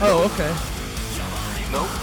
Oh, okay. Nope.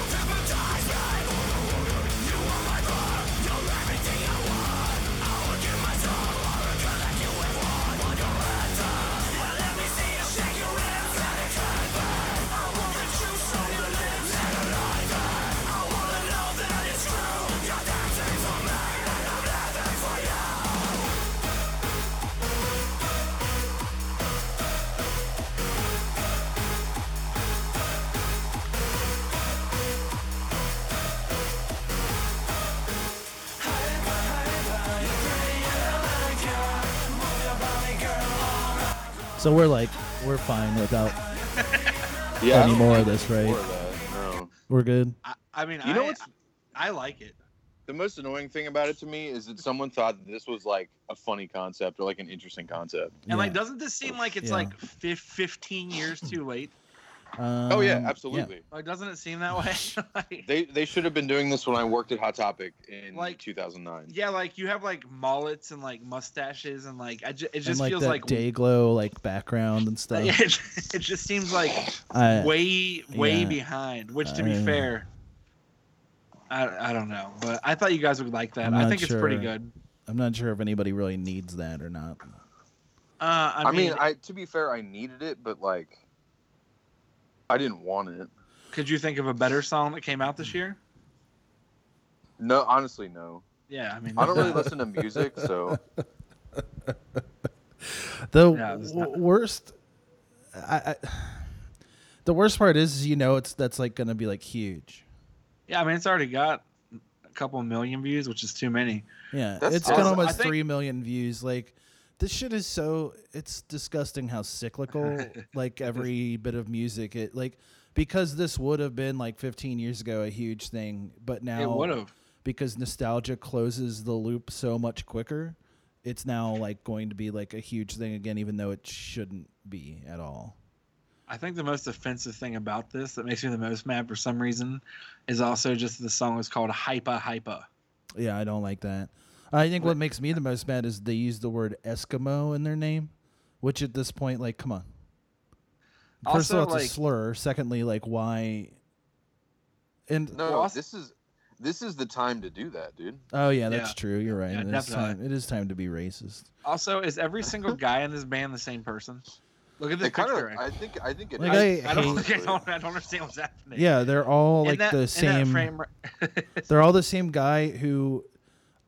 So we're like, we're fine without. Yeah. I Any don't more of think this, there's right? more of that, No. We're good. I, I mean, You know I, what's- I like it. The most annoying thing about it to me is that someone thought that this was like a funny concept or like an interesting concept. And like, doesn't this seem like it's Yeah. like fif- 15 years too late? oh yeah, Um, absolutely. Like, doesn't it seem that way? like, They they should have been doing this when I worked at Hot Topic in Like- 2009. yeah, like you have like mullets and like mustaches and like I ju- it And, just like feels that like day glow like background and stuff. yeah, it, ju- it just seems like I, way way yeah. behind. Which to be I- fair, I, I don't know, but I thought you guys would like that. I'm I not think it's pretty sure. good. I'm not sure if anybody really needs that or not. Uh, I, I mean, mean, I to be fair, I needed it, but like, I didn't want it. could you think of a better song that came out this year? No, honestly, no. Yeah, I mean, I don't really listen to music, so The Yeah, it's w- worst, I, I, the worst part is you know it's that's like gonna be like huge. yeah, I mean, it's already got a couple million views, which is too many. Yeah, That's it's got awesome. almost I think- three million views. Like this shit is so it's disgusting how cyclical like every bit of music it like because this would have been like 15 years ago a huge thing, but now It would have. because nostalgia closes the loop so much quicker, it's now like going to be like a huge thing again, even though it shouldn't be at all. I think the most offensive thing about this that makes me the most mad for some reason is also just the song is called Hypa Hypa. Yeah, I don't like that. I think what makes me the most mad is they use the word Eskimo in their name, which at this point, like, come on. First Also, of all, it's like- a slur. Secondly, like, why? And no. Well, also- this is this is the time to do that, dude. oh yeah, that's Yeah. true. You're right. Yeah, it, is definitely. time, it is time to be racist. Also, is every single guy in this band the same person? Look at this It kind picture. of. I think. I think it. Like, is, I- I don't, actually. I, don't, I don't understand what's happening. Yeah, they're all In like that- in the that same. frame- They're all the same guy who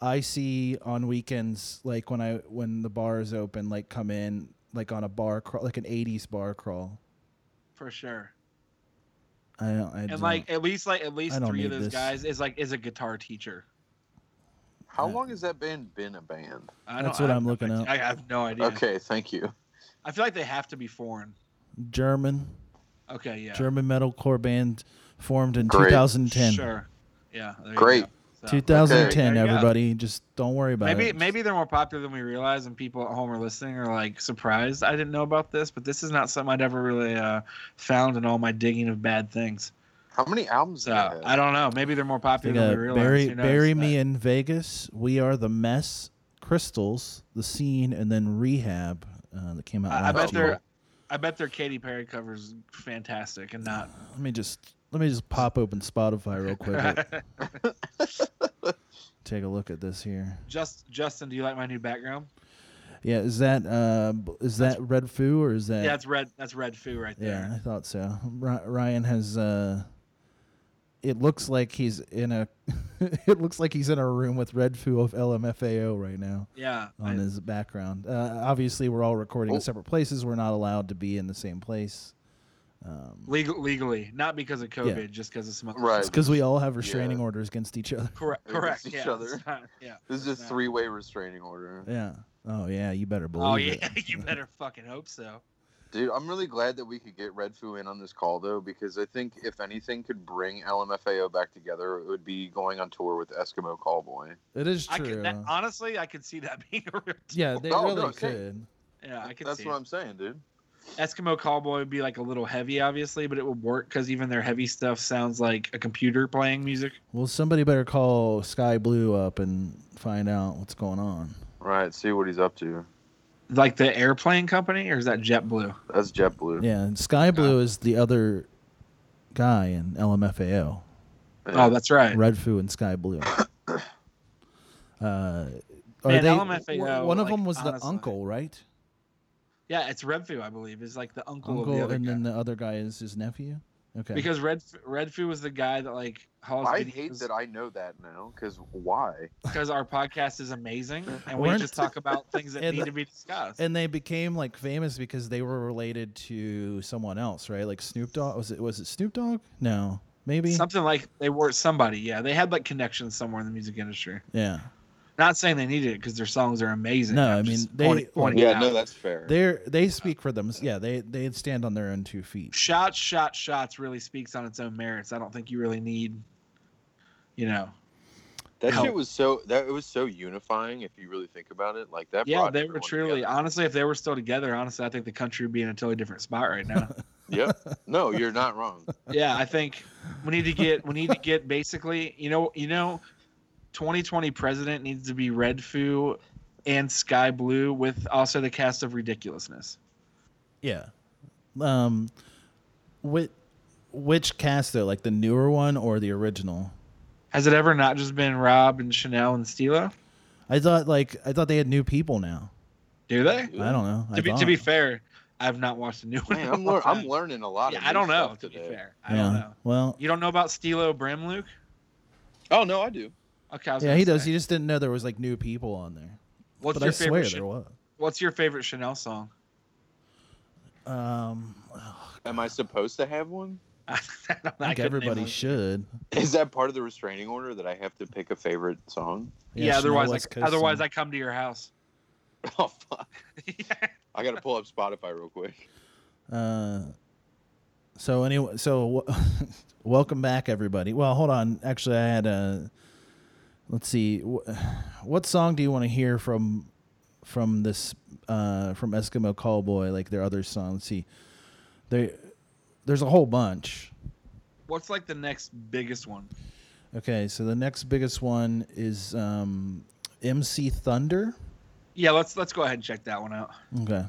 I see on weekends, like when I when the bar is open, like come in like on a bar crawl, like an '80s bar crawl. for sure. I don't. I And don't- like at least like at least I don't three of need those this. guys is like is a guitar teacher. How long has that band been a band? I That's don't- what I- I'm looking up. I have no idea. Okay, thank you. I feel like they have to be foreign. German. Okay, yeah. German metalcore band formed in Great. 2010. Sure. Yeah. there you Great. go. So- 2010, Okay. There you go. everybody. Just don't worry about Maybe it. maybe they're more popular than we realize, and people at home are listening are like surprised. I didn't know about this, but this is not something I'd ever really uh, found in all my digging of bad things. How many albums? So do they have? Uh, I don't know. Maybe they're more They popular than we got realize. bury, Who knows? bury But- me in Vegas. We are the mess. Crystals, the scene, and then rehab uh, that came out. I, I last bet year. their I bet their Katy Perry covers fantastic and not. Let me just let me just pop open Spotify real quick. Take a look at this here. Just Justin, do you like my new background? Yeah, is that uh, b- is that Red Foo or is that? Yeah, that's red. That's red foo right Yeah, there. I thought so. Ry- Ryan has. Uh, it looks like he's in a. it looks like he's in a room with Red Foo of LMFAO right now Yeah. I- on his background. Uh, obviously, we're all recording Oh. in separate places. We're not allowed to be in the same place. Um, legal, legally, not because of COVID, just because of smoking. Right. it's because we all have restraining Yeah. orders against each other. Correct. Against Correct. each yeah, other. it's not- yeah. This is No. a three-way restraining order. Yeah. Oh yeah, you better believe Oh yeah. it. You better fucking hope so. Dude, I'm really glad that we could get Red Foo in on this call though, because I think if anything could bring LMFAO back together, it would be going on tour with Eskimo Callboy. It is I true. could, that, honestly, I could see that being a real. yeah, they Oh, really no, say- could. Yeah, I could That's see. what it. I'm saying, dude. Eskimo Callboy would be like a little heavy, obviously, but it would work because even their heavy stuff sounds like a computer playing music. Well, somebody better call Sky Blue up and find out what's going on. Right, see what he's up to. Like the airplane company, or is that JetBlue? That's JetBlue. Yeah, and Sky Blue is the other guy in LMFAO. Oh, that's right. Red Foo and Sky Blue. Uh, are Man, they, LMFAO, one of like, them was the honestly. uncle, right? Yeah, it's Redfoo, I believe, is like the uncle, Uncle, of the other and guy. then the other guy is his nephew. Okay. Because Red Redfoo was the guy that like hauls I videos hate that I know that now because why? because our podcast is amazing and we Weren't- just talk about things that And- need to be discussed. and they became like famous because they were related to someone else, right? Like Snoop Dogg. Was it was it Snoop Dogg? No, maybe. Something like they were somebody, yeah. They had like connections somewhere in the music industry. yeah, Not saying they needed it because their songs are amazing. No, I'm I mean, just they- pointing- pointing Yeah, it no, out. that's fair. they they speak for them. Yeah, they they stand on their own two feet. shots, shots, shots really speaks on its own merits. I don't think you really need, you know. That help. shit was so that it was so unifying if you really think about it. Like that. Yeah, brought they were everyone truly, together. honestly, if they were still together, honestly, I think the country would be in a totally different spot right now. Yep. No, you're not wrong. yeah, I think we need to get we need to get basically, you know, you know, 2020 president needs to be Red Foo and Sky Blue with also the cast of Ridiculousness. Yeah. Um, which which cast though? Like the newer one or the original? Has it ever not just been Rob and Chanel and Stila? I thought like I thought they had new people now. Do they? I don't know. I To be, to thought. be fair, I've not watched a new one. Man, in a I'm, long lear- I'm time. learning a lot. Yeah, of I new don't know. stuff To be today. fair, I yeah. don't know. Well, You don't know about Stilo Brim, Luke? Oh no, I do. Okay, I was yeah, gonna he does. say. He just didn't know there was like new people on there. What's but your I swear favorite? Ch- there was. What's your favorite Chanel song? Um, Am I supposed to have one? I don't know. I think couldn't name everybody one. should. Is that part of the restraining order that I have to pick a favorite song? Yeah, Chanel otherwise, West I, Coast otherwise song. I come to your house. Oh fuck! I gotta pull up Spotify real quick. Uh, so anyway, so w- welcome back, everybody. Well, hold on. Actually, I had a. Let's see. Wh- What song do you want to hear from from this uh, from Eskimo Callboy? Like their other song. Let's see. They there's a whole bunch. What's like the next biggest one? Okay, so the next biggest one is um, MC Thunder. Yeah, let's let's go ahead and check that one out. Okay.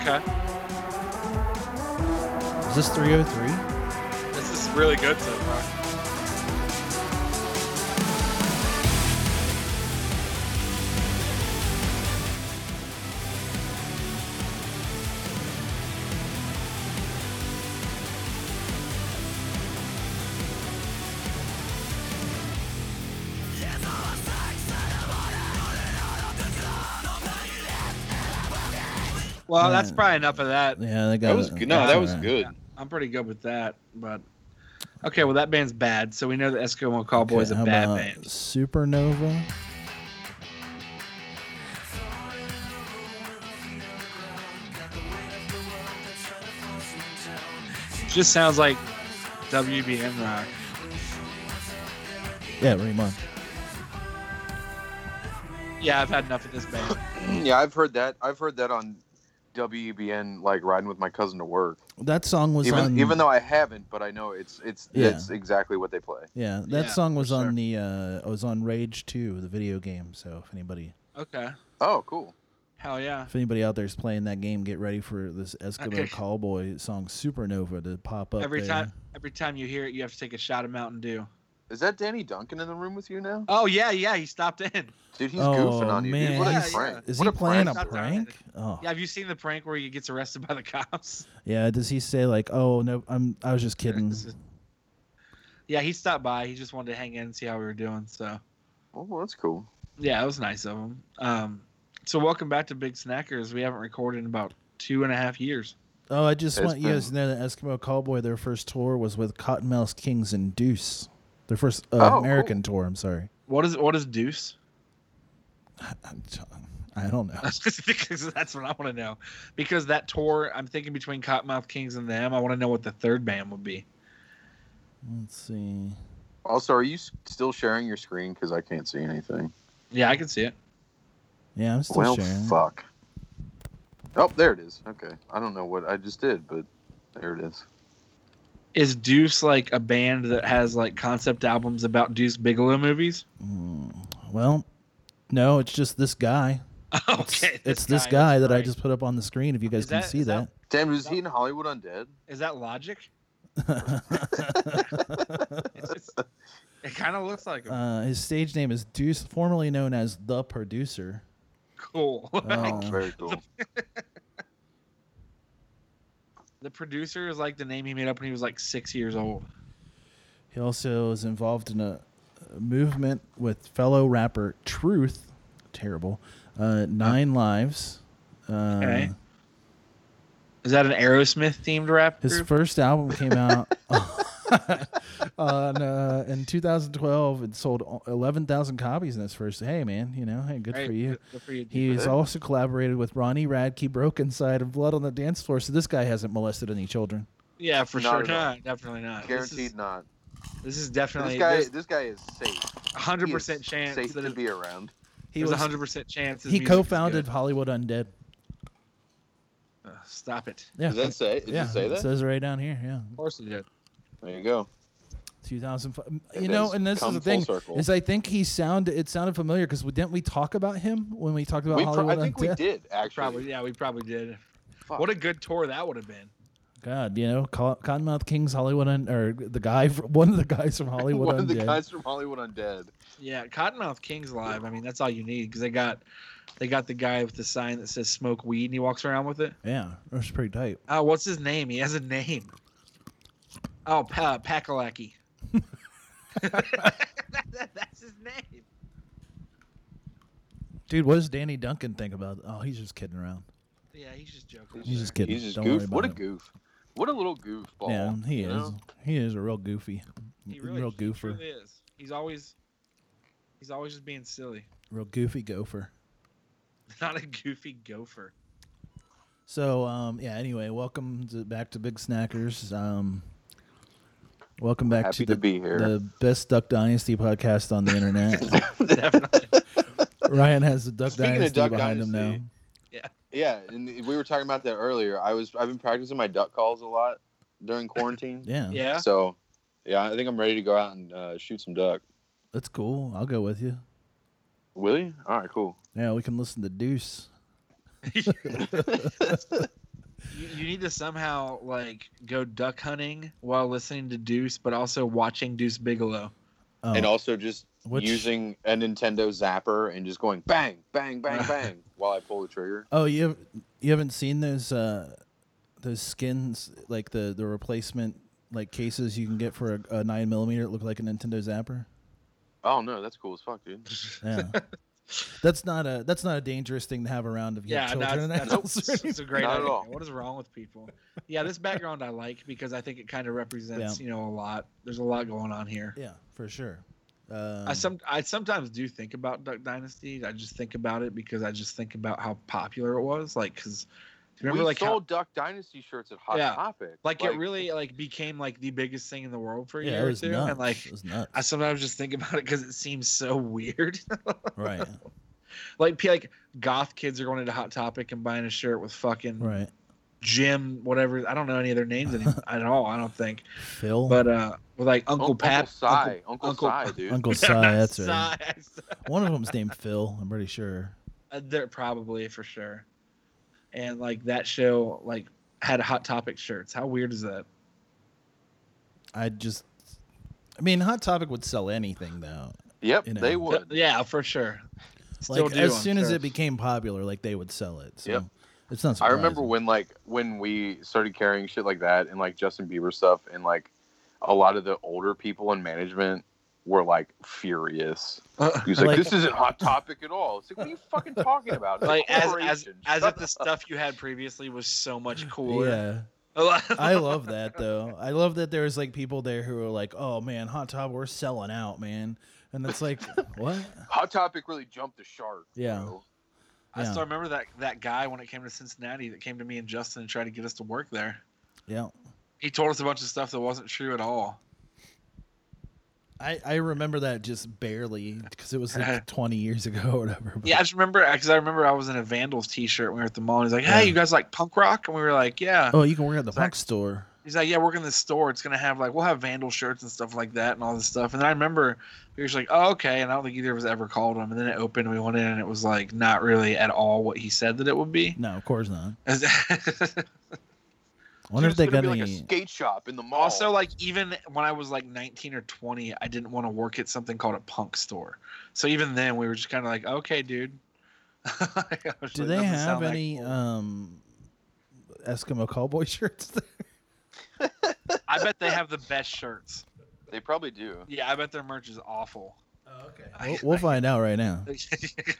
Okay, Is this 303? this is really good so far. Well, that's Yeah. probably enough of that. Yeah, they got That was it. good. No, that was Alright. good. I'm pretty good with that, but okay. Well, that band's bad, so we know that Eskimo Callboy is a how bad about band. Supernova. Just sounds like WBM rock. Yeah, pretty much. Yeah, I've had enough of this band. Mm, Yeah, I've heard that. I've heard that on WEBN, like riding with my cousin to work. That song was Even on. even though I haven't, but I know it's it's Yeah. it's exactly what they play. yeah, that Yeah, song was for on the. Uh, it was on Rage 2, the video game. So if anybody, Okay, Oh, cool. hell yeah. if anybody out there is playing that game, get ready for this Okay. Eskimo Callboy song "Supernova" to pop up. Every there. time, every time you hear it, you have to take a shot of Mountain Dew. Is that Danny Duncan in the room with you now? Oh yeah, yeah. He stopped in. Dude, he's Oh, goofing on you. Dude. What man. a Yeah, prank! Is what he a playing prank. a Not that prank? Oh, Yeah, have you seen the prank where he gets arrested by the cops? yeah. Does he say like, "Oh no, I'm, I was just kidding"? yeah, he stopped by. He just wanted to hang in and see how we were doing. So Oh, well, that's cool. yeah, it was nice of him. Um, so welcome back to Big Snackers. We haven't recorded in about two and a half years. Oh, I just It's want you been- guys to know that Eskimo Callboy, their first tour was with Cottonmouth Kings and Deuce. Their first uh, Oh, cool. American tour. I'm sorry. What is what is Deuce? I don't know. because that's what I want to know. Because that tour, I'm thinking between Cottonmouth Kings and them, I want to know what the third band would be. Let's see. Also, are you s- still sharing your screen? Because I can't see anything. Yeah, I can see it. Yeah, I'm still well, sharing. fuck. Oh, there it is. Okay. I don't know what I just did, but there it is. Is Deuce like a band that has like concept albums about Deuce Bigelow movies? Mm, well, no, it's just this guy. It's, Okay, it's this guy that I just put up on the screen. If you guys Is can that- see is that, that- Damn, was he in Hollywood Undead? is that logic? It's just- it kind of looks like him. uh, his stage name is Deuce, formerly known as the producer. cool. Oh. Very cool. the producer is like the name he made up when he was like six years old. He also is involved in a, a movement with fellow rapper Truth, terrible, uh, Nine Lives. Uh, Uh-huh. Okay. Is that an Aerosmith themed rap His group? first album came out on, uh, in 2012. It sold 11,000 copies in its first. Hey, man, you know, hey, good Right, for you. good- good for you, dude. He's also collaborated with Ronnie Radke, Broken Side, and Blood on the Dance Floor. So this guy hasn't molested any children. yeah, for Not sure at all. not. Definitely not. Guaranteed This is, not. this is definitely This guy, there's this guy is safe. a hundred He is percent chance. Safe that to it- be around. He there's a was, hundred percent chance. his he music is co-founded good. Hollywood Undead. Ugh, Uh, Stop it. Yeah, Does that say? Did yeah, it say It that? says right down here. Yeah. Of course he did. there you go. 2005. You It know, has and this is come the full thing circle. is I think he sounded it sounded familiar because didn't we talk about him when we talked about We pro- Hollywood I think we Undead? did actually. Probably. Yeah, we probably did. Fuck. What a good tour that would have been. God, you know, Col- Cottonmouth Kings Hollywood Un- or the guy fr- one of the guys from Hollywood One of the Undead. guys from Hollywood Undead. Yeah, Cottonmouth Kings live. I mean, that's all you need because they got they got the guy with the sign that says "smoke weed" and he walks around with it. Yeah, it was pretty tight. Oh, what's his name? He has a name. Oh, pa- Pakalaki. that's his name. Dude, what does Danny Duncan think about? Oh, he's just kidding around. Yeah, he's just joking. He's just kidding. He's just Don't worry goof. about What a it. goof. What a little goofball. Yeah, he you is. know? He is a real goofy, He really, real he goofer, truly is. He's always he's always just being silly. real goofy gopher. Not a goofy gopher. So um, yeah. Anyway, welcome to, back to Big Snackers. Um, welcome back Happy to the to be here. the best Duck Dynasty podcast on the internet. Definitely. Ryan has the Duck Speaking of Dynasty Duck behind him Dynasty, now. Yeah, and we were talking about that earlier. I was I've been practicing my duck calls a lot during quarantine. Yeah, Yeah. So, yeah, I think I'm ready to go out and uh, shoot some duck. that's cool. I'll go with you. Will you? All right, cool. Yeah, we can listen to Deuce. you, you need to somehow like go duck hunting while listening to Deuce, but also watching Deuce Bigelow. Oh, And also just which- using a Nintendo zapper and just going bang, bang, bang, bang while I pull the trigger. oh, you have, you haven't seen those uh, those skins like the the replacement like cases you can get for a, a nine millimeter that look like a Nintendo Zapper. Oh no, that's cool as fuck, dude. Yeah. That's not a that's not a dangerous thing to have around if you have Yeah, children. no, in the that's, house or that's, it's a great Not at idea. all. What is wrong with people? Yeah, this background I like because I think it kind of represents you know a lot. There's a lot going on here. Yeah, for sure. Um, I some I sometimes do think about Duck Dynasty. I just think about it because I just think about how popular it was. Like, cause do you remember we like how sold Duck Dynasty shirts at Hot Yeah. Topic. like, it really like became like the biggest thing in the world for a yeah, year it or was two, nuts. and like it was nuts. I sometimes just think about it because it seems so weird. right, like, p- like goth kids are going into Hot Topic and buying a shirt with fucking right. Jim, whatever. I don't know any of their names any, at all. I don't think. Phil, But uh, with like Uncle, Uncle Pat, Cy, Uncle, Uncle- Cy, dude. Uncle Si, Si, that's right. Si. One of them's named Phil. I'm pretty sure. Uh, They're probably for sure. And like that show, like had Hot Topic shirts. How weird is that? I just, I mean, Hot Topic would sell anything though. Yep, You know. they Th- would. Uh, Yeah, for sure. Still Like do, as I'm soon as sure. it became popular, like they would sell it. So Yep. it's not. I Surprising. remember when like when we started carrying shit like that and like Justin Bieber stuff and like a lot of the older people in management were like furious. He was like, Like- "This isn't hot topic at all." It's like, "What are you fucking talking about?" It's a like as as corporation. as Shut if the stuff you had previously was so much cooler. Yeah, I love that though. I love that there was like people there who were like, "Oh man, Hot Topic, we're selling out, man," and it's like, what? up. hot topic really jumped the shark. Yeah. bro. I Yeah. still remember that that guy when it came to Cincinnati that came to me and Justin and tried to get us to work there. Yeah. He told us a bunch of stuff that wasn't true at all. I, I remember that just barely because it was like 20 years ago or whatever. but- Yeah, I just remember because I remember I was in a Vandals T-shirt. when We were at the mall. and He's like, "Hey, Yeah. you guys like punk rock?" And we were like, "Yeah." Oh, you can work at the Zach- punk store. He's like, yeah, work in the store. It's gonna have like we'll have Vandal shirts and stuff like that and all this stuff. And I remember we were just like, oh okay. And I don't think either of us ever called him. And then it opened. We went in and it was like not really at all what he said that it would be. No, of course not. I Dude, wonder it's if they gonna got any. be like a skate shop in the mall. also, Oh. like even when I was like 19 or 20, I didn't want to work at something called a punk store. So even then, we were just kind of like, okay, dude. I was do like, they "Doesn't have sound that any cool." um, Eskimo cowboy shirts? there? I bet they have the best shirts. they probably do. Yeah, I bet their merch is awful. Oh, okay. I- We'll, we'll find out right now.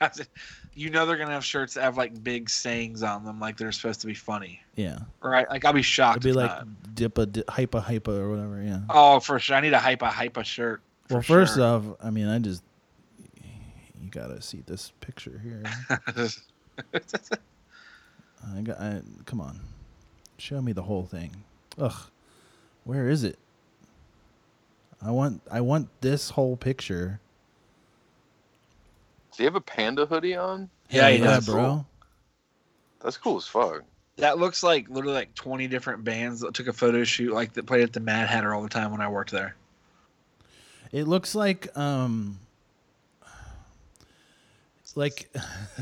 you know they're gonna have shirts that have like big sayings on them, like they're supposed to be funny, Yeah, right? Like I'll be shocked. it'd be like if not. Dipa di- Hypa Hypa or whatever. Yeah. oh, for sure. I need a hype a hype a shirt. well, for first sure. off, I mean, I just you gotta see this picture here. I got. I, come on, show me the whole thing. Ugh, where is it? I want. I want this whole picture. Do you have a panda hoodie on? Yeah, he Hell does. bro. That's cool as fuck. that looks like literally like twenty different bands that took a photo shoot, like that played at the Mad Hatter all the time when I worked there. It looks like um like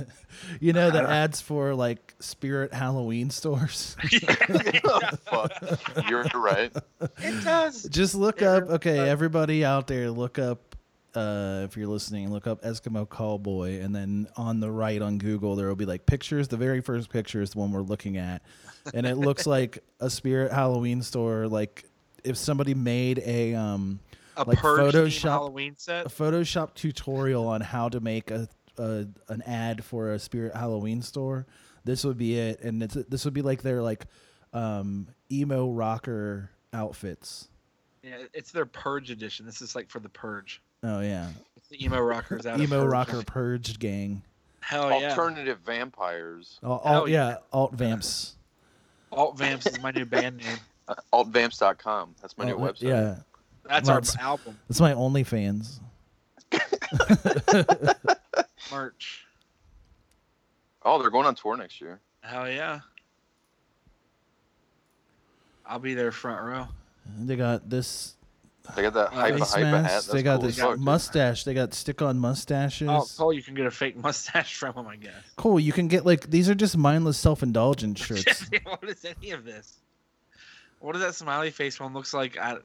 you know the ads for like spirit Halloween stores. fuck. You're right. It does. Just look up okay, everybody out there look up uh, if you're listening, look up Eskimo Callboy, and then on the right on Google there will be like pictures. The very first picture is the one we're looking at, and it looks like a Spirit Halloween store. Like if somebody made a um, A Like purge Photoshop- Photoshop Halloween set. a Photoshop tutorial on how to make a, a an ad for a Spirit Halloween store. This would be it, and it's, this would be like their like um, emo rocker outfits. Yeah, it's their purge edition. This is like for the purge. Oh yeah, It's the emo rockers out. of emo Purge. rocker purged gang. Hell Oh, yeah. Alternative vampires. Alt, Hell alt- yeah. alt vamps. Alt Vamps is my new band name. Uh, altvamps.com. That's my new Alt- website. Oh, yeah, That's Lots. our album that's my OnlyFans. merch. Oh, they're going on tour next year. Hell yeah. I'll be there front row. They got this They got that Uh, hype a face hype hat. That's mask. They got cool as this fuck, dude. mustache. They got stick-on mustaches. Oh, Cole, you can get a fake mustache from him, I guess. Cool. You can get like these are just mindless self-indulgent shirts. what is any of this? What does that smiley face one looks like? I,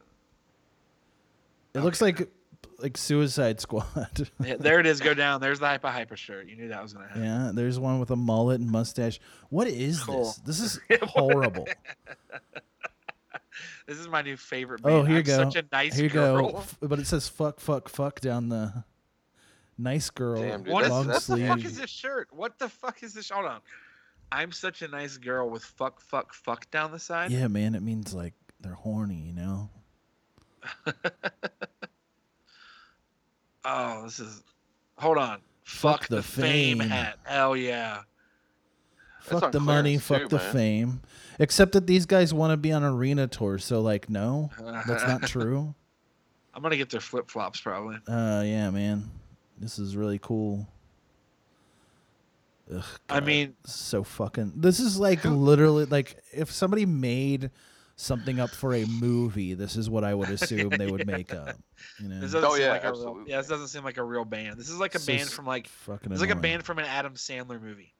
It looks like like Suicide Squad. Yeah, there it is. Go down. There's the hyper hyper shirt. You knew that was gonna happen. yeah, there's one with a mullet and mustache. What is Cool. this? This is horrible. This is my new favorite. Band. Oh, here you I'm go. Such a nice Here you girl. go. F- But it says fuck, fuck, fuck down the nice girl Damn, dude, What, is, that's- long that's- what the sleeve. fuck is this shirt? What the fuck is this? Hold on. I'm such a nice girl with fuck fuck fuck down the side. yeah, man, it means like they're horny, you know. Oh, this is. Hold on. Fuck, the, fame. hat. Hell yeah. Fuck on the money, clearance, fuck too, the man. fame. Except that these guys want to be on arena tour, so like no, that's not true. I'm gonna get their flip flops probably. Uh yeah, man. This is really cool. Ugh, I God. mean, so fucking this is like literally like if somebody made something up for a movie this is what i would assume they would make up you know this doesn't Oh, seem yeah, like a real, absolutely. yeah, this doesn't seem like a real band. This is like a It's band just from like fucking it's like a annoying. band from an Adam Sandler movie.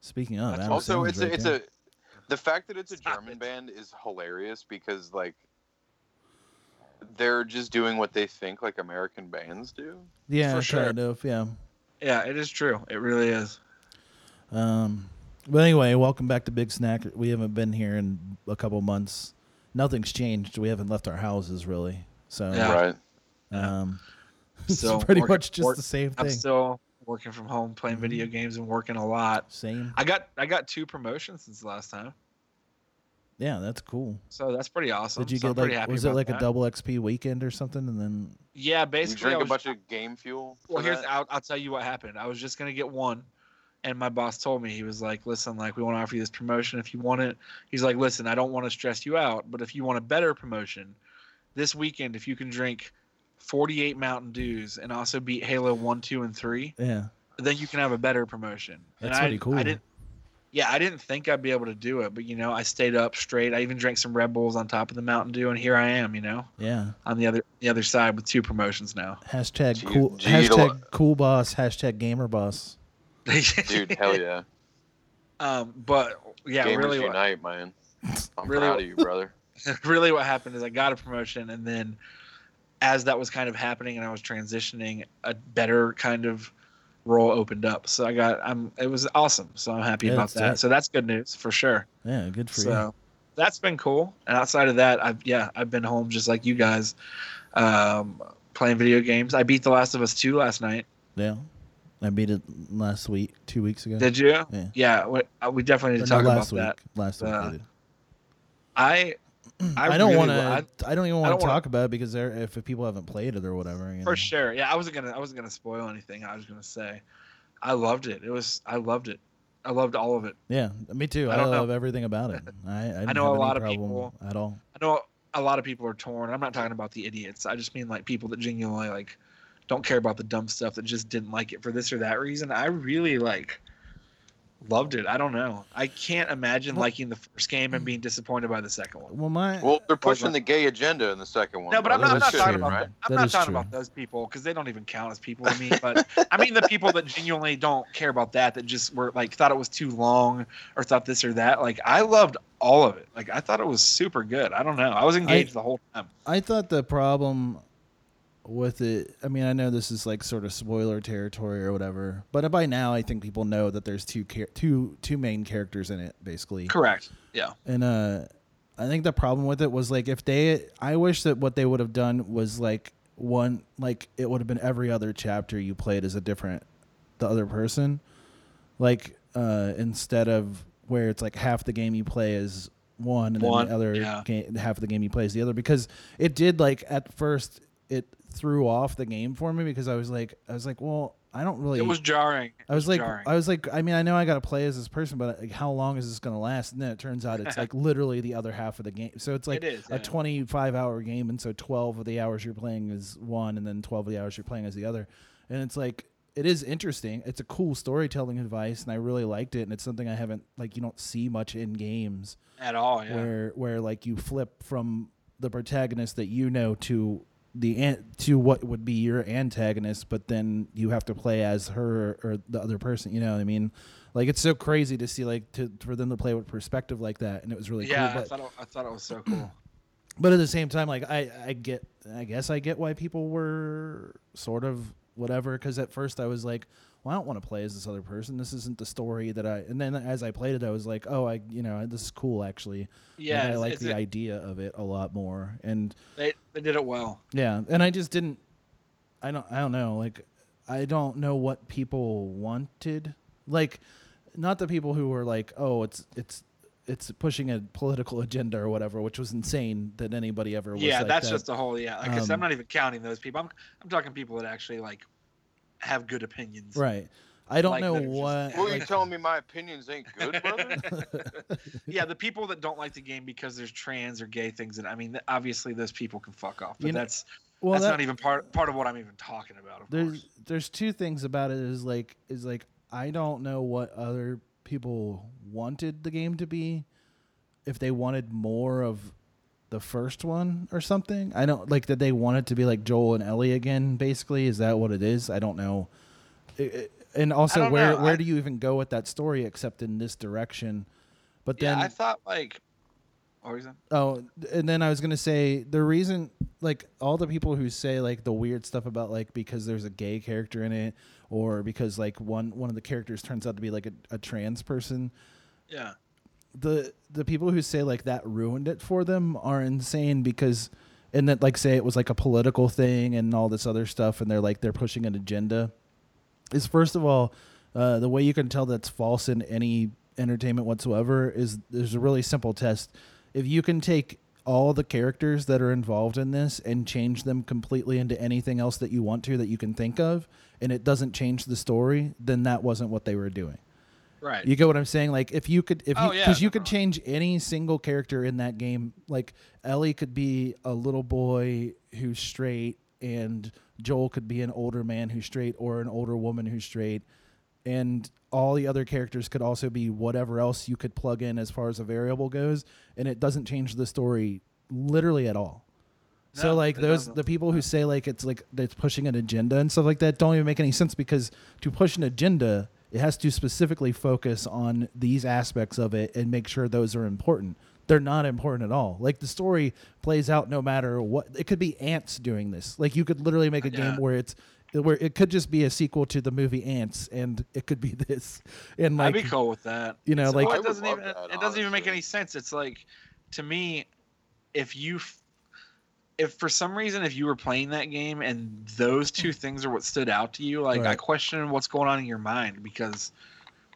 speaking of That's Adam Also, Sandler's it's a, right it's there. a the fact that it's a Stop German it. band is hilarious because like they're just doing what they think like American bands do. yeah for sure. kind of yeah Yeah, it is true. It really is. um but anyway welcome back to big snack we haven't been here in a couple months nothing's changed we haven't left our houses really so Yeah. Right. um So it's pretty working- much just work- the same thing I'm Mm-hmm. still working from home, playing video games, and working a lot. same I got I got two promotions since last time, yeah that's cool so that's pretty awesome. did you so I'm get pretty like happy was it about like a that. double xp weekend or something and then Yeah, You basically I drink a was- bunch of game fuel. for Well, here's that? I'll, I'll tell you what happened. I was just gonna get one, and my boss told me he was like, "Listen, like we want to offer you this promotion if you want it." He's like, "Listen, I don't want to stress you out, but if you want a better promotion, this weekend if you can drink 48 Mountain Dews and also beat Halo One, Two, and Three, yeah then you can have a better promotion." And That's I- pretty cool. I didn't. yeah, I didn't think I'd be able to do it, but you know, I stayed up straight. I even drank some Red Bulls on top of the Mountain Dew, and here I am. You know, Yeah. on the other the other side with two promotions now. Hashtag Gee- cool. gee, you know hashtag what? cool boss. Hashtag gamer boss. dude. hell yeah, Um, but yeah, gamers really, what, unite, man. I'm Really- proud of you, brother. really, what happened is I got a promotion, and then as that was kind of happening, and I was transitioning, a better kind of role opened up. So I got, I'm, it was awesome. So I'm happy Yeah, about that's that. tight. So that's good news for sure. Yeah, good for So that's been cool. And outside of that, I've yeah, I've been home just like you guys, um, playing video games. I beat The Last of Us two last night. you. Yeah. I beat it last week, two weeks ago. Did you? Yeah. Yeah. We, uh, we definitely need Or to no, talk about last week. that. Last week. Uh, I did. I Mm. I, I don't really want to. wa- I, don't even I want don't to wanna- talk about it because there, if people haven't played it or whatever. You know. for sure. Yeah, I wasn't gonna I wasn't gonna spoil anything. I was gonna say, I loved it. It was I loved it. I loved all of it. Yeah, me too. I, I don't know. love everything about it. I, I, didn't know have a any lot of problem people- at all. I know a lot of people are torn. I'm not talking about the idiots. I just mean like people that genuinely like don't care about the dumb stuff that just didn't like it for this or that reason. I really like loved it. I don't know. I can't imagine Well- Mm. liking the first game and being disappointed by the second one. Well, my Well, they're pushing the gay agenda in the second one. No, but I'm brother. not, I'm not That's That talking shouldn't, about right? that. I'm That not is talking true. about those people because they don't even count as people to me. But I mean the people that genuinely don't care about that that just were like thought it was too long or thought this or that. Like I loved all of it. Like I thought it was super good. I don't know. I was engaged the whole time. I thought the problem with it. I mean, I know this is like sort of spoiler territory or whatever, but by now I think people know that there's two char- two two main characters in it basically. Correct. Yeah. And uh, I think the problem with it was like if they, I wish that what they would have done was like one, like it would have been every other chapter you played as a different, the other person, like uh, instead of where it's like half the game you play is one and One, then the other yeah. game, half of the game you play is the other because it did like at first it threw off the game for me because I was like I was like well I don't really It was jarring. I was like, jarring. I was like, I mean, I know I got to play as this person, but like, how long is this going to last? And then it turns out it's like literally the other half of the game. So it's like It is, a yeah. 25 hour game. And so 12 of the hours you're playing is one, and then 12 of the hours you're playing is the other. And it's like, it is interesting. It's a cool storytelling advice, and I really liked it. And it's something I haven't, like, you don't see much in games at all. Yeah. where where like you flip from the protagonist that you know to the an- to what would be your antagonist, but then you have to play as her or the other person. You know what I mean? Like it's so crazy to see like to for them to play with perspective like that, and it was really yeah, cool. I But thought it, I thought it was so cool. but at the same time, like I I get I guess I get why people were sort of whatever because at first I was like. Well, I don't want to play as this other person. This isn't the story that I. And then as I played it, I was like, "Oh, I, you know, this is cool actually." Yeah, and I it's- like it's the a- idea of it a lot more. And they they did it well. yeah, and I just didn't. I don't. I don't know. Like, I don't know what people wanted. Like, not the people who were like, "Oh, it's it's it's pushing a political agenda or whatever," which was insane that anybody ever was. Yeah, like that's that. just the whole. Yeah, like I said, Um, I'm not even counting those people. I'm I'm talking people that actually like have good opinions. right. I don't like, know that are just- what. Who are you like- telling me my opinions ain't good, brother? yeah, the people that don't like the game because there's trans or gay things, and I mean, th- obviously those people can fuck off. But You know- that's well, that's that- not even part part of what I'm even talking about. Of there's course. there's two things about it is like is like I don't know what other people wanted the game to be if they wanted more of the first one or something. I don't like that they want it to be like Joel and Ellie again basically is that what it is? I don't know. It- it- and also don't where know. where I- do you even go with that story except in this direction? But yeah, then I thought like. What were you saying? Oh, and then I was gonna say the reason, like all the people who say like the weird stuff about like because there's a gay character in it, or because like one one of the characters turns out to be like a, a trans person. Yeah. The the people who say like that ruined it for them are insane because, and that like say it was like a political thing and all this other stuff, and they're like they're pushing an agenda. Is first of all, uh, the way you can tell that's false in any entertainment whatsoever is there's a really simple test. If you can take all the characters that are involved in this and change them completely into anything else that you want to that you can think of, and it doesn't change the story, then that wasn't what they were doing. Right. You get what I'm saying? Like if you could, if you, Oh, yeah, because you no could change any single character in that game. Like Ellie could be a little boy who's straight, and Joel could be an older man who's straight, or an older woman who's straight. and all the other characters could also be whatever else you could plug in as far as a variable goes, and it doesn't change the story literally at all. So No, like it those doesn't. the people who say like it's like it's pushing an agenda and stuff like that don't even make any sense because to push an agenda it has to specifically focus on these aspects of it and make sure those are important. They're not important at all. Like the story plays out no matter what. It could be ants doing this. Like you could literally make a Yeah. game where it's where it could just be a sequel to the movie Ants and it could be this and like I'd be cool with that. you know, It's- like- oh, I it would doesn't love even that, it doesn't even make honestly. any sense. It's like to me, if you f- if for some reason if you were playing that game and those two things are what stood out to you, like I Hmm. Right. question what's going on in your mind because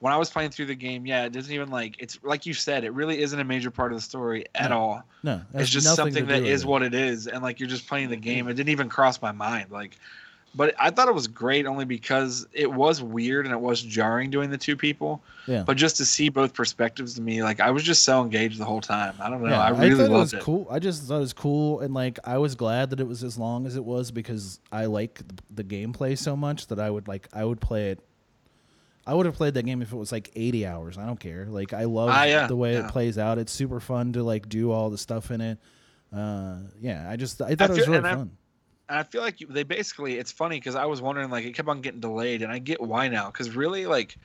when I was playing through the game, yeah, it doesn't even like it's like you said, it really isn't a major part of the story at No. all. no, it has it's just nothing to something do that with is it. Mm-hmm. what it is, and like you're just playing the game. It didn't even cross my mind, like. But I thought it was great only because it was weird and it was jarring doing the two people yeah. but just to see both perspectives to me like i was just so engaged the whole time i don't know Yeah, i really thought it was loved it, cool. I just thought it was cool, and like I was glad that it was as long as it was because I like th- the gameplay so much that I would like I would play it. I would have played that game if it was like 80 hours. I don't care. Like I love Ah, yeah, the way yeah. it plays out. It's super fun to like do all the stuff in it. Uh, yeah, I just I thought it feel- was really and I- fun. and i feel like you- they basically it's funny because i was wondering like it kept on getting delayed and i get why now because really like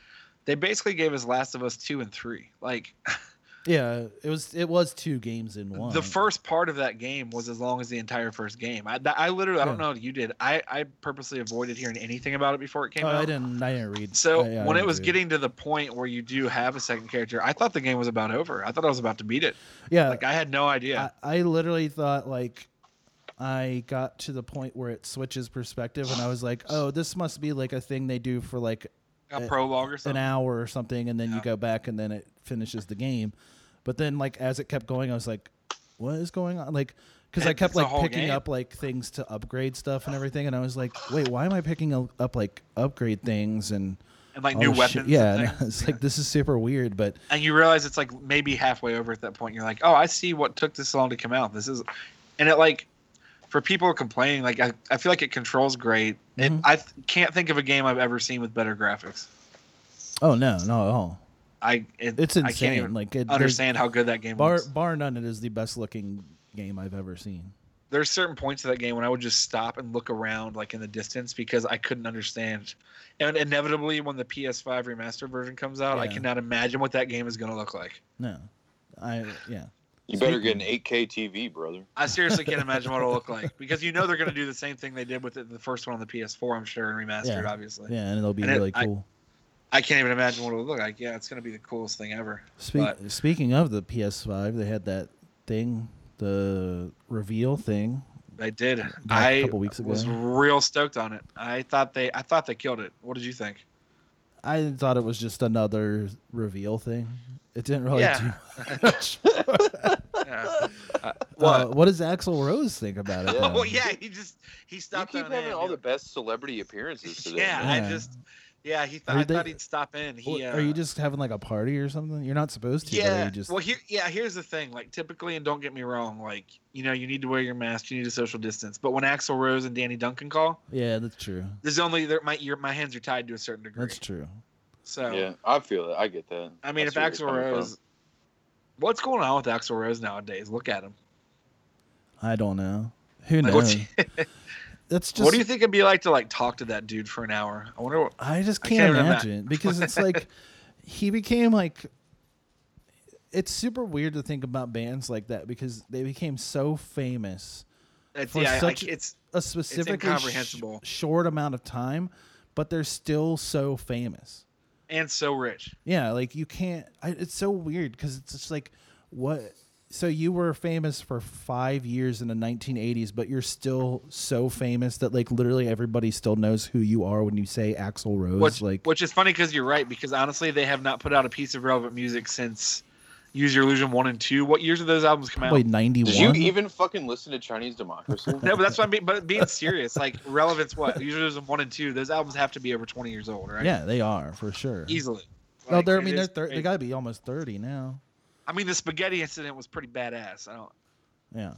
they basically gave us last of us two and three like yeah, it was it was two games in one. the first part of that game was as long as the entire first game i, that- I literally i don't Yeah. know what you did i i purposely avoided hearing anything about it before it came Oh, out I didn't. I didn't read. So I- yeah, I when it didn't was do getting to the point where you do have a second character, I thought the game was about over. I thought I was about to beat it. yeah, Like I had no idea. I, I literally thought like I got to the point where it switches perspective and I was like, oh, this must be like a thing they do for like A I- uh, prologue or an something. hour or something and then you Yeah. go back and then it finishes the game. But then like as it kept going, I was like, what is going on? Like because I It- kept it's a like whole picking game. up like things to upgrade stuff and everything, and I was like, "Wait, why am I picking up- up like upgrade things and and like all new this weapons. oh, shit?" and Yeah, and things. it's like this is super weird, but and you realize it's like maybe halfway over at that point. You're like, oh, I see what took this long to come out. This is, and it like, for people complaining, like I, I feel like it controls great. Mhm. And I th- can't think of a game I've ever seen with better graphics. oh no, no, at all. I it, It's I can't insane. even like it, there's- understand how good that game Bar was. bar none, it is the best looking game I've ever seen. There's certain points of that game when I would just stop and look around like in the distance because I couldn't understand. And inevitably, when the PS5 remastered version comes out, I Yeah. cannot imagine what that game is going to look like. No, I yeah. You better get an 8K TV, brother. I seriously can't imagine what it'll look like because you know they're going to do the same thing they did with it, the first one on the PS4, I'm sure, and remastered, Yeah. obviously. Yeah, and it'll be And it- really I- cool. I can't even imagine what it'll look like. Yeah, it's going to be the coolest thing ever. Speak, but- speaking of the PS5, they had that thing, the reveal thing. They did. Back a I couple weeks ago. was real stoked on it. I thought they, I thought they killed it. What did you think? I thought it was just another reveal thing. It didn't really Yeah. do much. Yeah. Uh, Uh, what? what does Axel Rose think about it? Yeah. though? well, Oh, yeah, he just he You stopped. keep on in. having all the best celebrity appearances today. yeah, Yeah. I just, yeah, he. Th- Are I they- thought he'd stop in. He, Well, uh, Are you just having like a party or something? You're not supposed to. but are yeah you just, well here yeah here's the thing like typically and don't get me wrong like you know you need to wear your mask you need to social distance but when Axl rose and danny duncan call yeah, that's true. there's only there my your, my hands are tied to a certain degree That's true. so Yeah, I feel it. I get that. i mean That's if where you're Axl coming from. rose what's going on with Axl rose nowadays look at him I don't know. Who Like, knows? what's- That's just what do you think it'd be like to like talk to that dude for an hour i wonder what I just I can't, can't even imagine because it's like he became like it's super weird to think about bands like that because they became so famous it's For yeah such- like it's a specifically incomprehensible. sh- short amount of time, but they're still so famous. and so rich Yeah, like you can't. I, it's so weird because it's just like what. So you were famous for five years in the 1980s, but you're still so famous that like literally everybody still knows who you are when you say Axl Rose. which, like which is funny because you're right because honestly they have not put out a piece of relevant music since use your illusion one and two what years did those albums come out probably 91. Did you even fucking listen to Chinese Democracy? No, but that's what I mean. But being serious, like relevance, what usually there's one and two. Those albums have to be over twenty years old, right? Yeah, they are for sure. easily. Well, Like, they're, I it mean, they're is thir- they crazy. gotta be almost thirty now. I mean, the spaghetti incident was pretty badass. I don't. Yeah,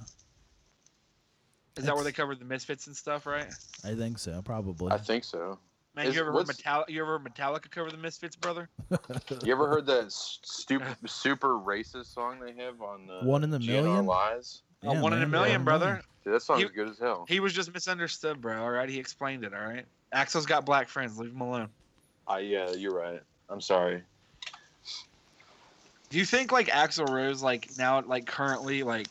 Is that where It's- they covered the misfits and stuff, right? I think so, probably. I think so. Man, Is- you ever heard what's- Metallica? You ever heard Metallica cover the Misfits, brother? You ever heard that stupid, super racist song they have on uh, One in a GNR Million? Lies? A Oh, one in a man, million, brother. Dude, that song's You- good as hell. He was just misunderstood, bro. All right, he explained it. All right. Axel's got black friends. Leave him alone. I yeah, you're right. I'm sorry. Do you think like Axel Rose, like now, like currently, like,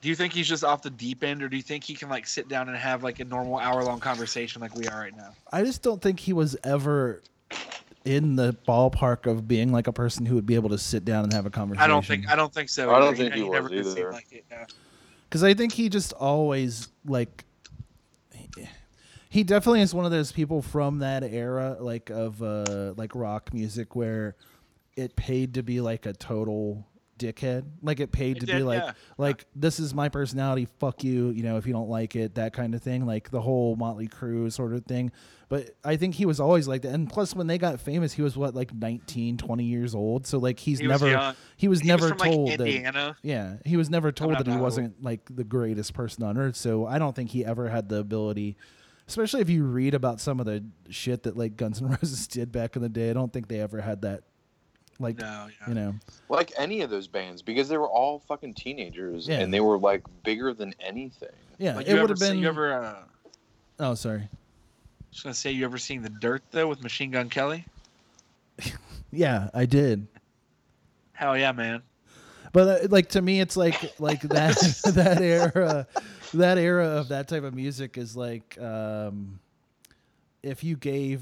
do you think he's just off the deep end, or do you think he can like sit down and have like a normal hour long conversation like we are right now? I just don't think he was ever in the ballpark of being like a person who would be able to sit down and have a conversation. I don't think. I don't think so. I don't either. think he was never did seem either. Like it, yeah. because I think he just always like he- he definitely is one of those people from that era like of uh like rock music where it paid to be like a total dickhead like it paid It to be did, like yeah. like this is my personality fuck you you know if you don't like it that kind of thing like the whole motley crew sort of thing but i think he was always like that and plus when they got famous he was what like 19 20 years old so like he's He was never young. he was He never was from, told like, that Indiana. yeah, he was never told not that he bad at all. wasn't like the greatest person on earth. So I don't think he ever had the ability, especially if you read about some of the shit that like Guns N' Roses did back in the day. I don't think they ever had that, like No, yeah. you know, Like any of those bands, because they were all fucking teenagers Yeah. and they were like bigger than anything. yeah. Like, it you would ever have seen- been. You ever? Uh, oh, sorry. just gonna say, you ever seen the dirt though with Machine Gun Kelly? Yeah, I did. Hell yeah, man. But uh, like to me, it's like like that that era, that era of that type of music is like um, if you gave,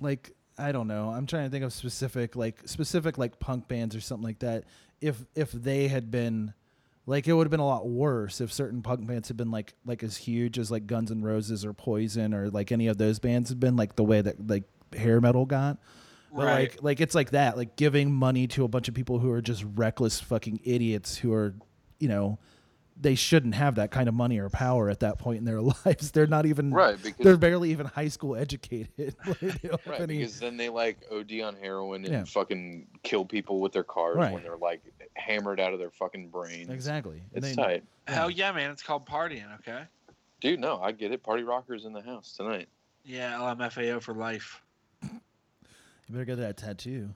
like I don't know, I'm trying to think of specific like specific like punk bands or something like that. If if they had been, like it would have been a lot worse if certain punk bands had been like like as huge as like Guns N' Roses or Poison or like any of those bands had been like the way that like hair metal got. But Right. like like it's like that, like giving money to a bunch of people who are just reckless fucking idiots who are, you know, they shouldn't have that kind of money or power at that point in their lives. They're not even Right, because Mm. They're barely even high school educated. Like, they don't have Right, any- because then they like OD on heroin and Yeah. fucking kill people with their cars Right. when they're like hammered out of their fucking brains. exactly. And It's they- tight. Hell yeah, man. It's called partying. Okay. Dude, no, I get it. Party rockers in the house tonight. Yeah, LMFAO for life. You better get that tattoo.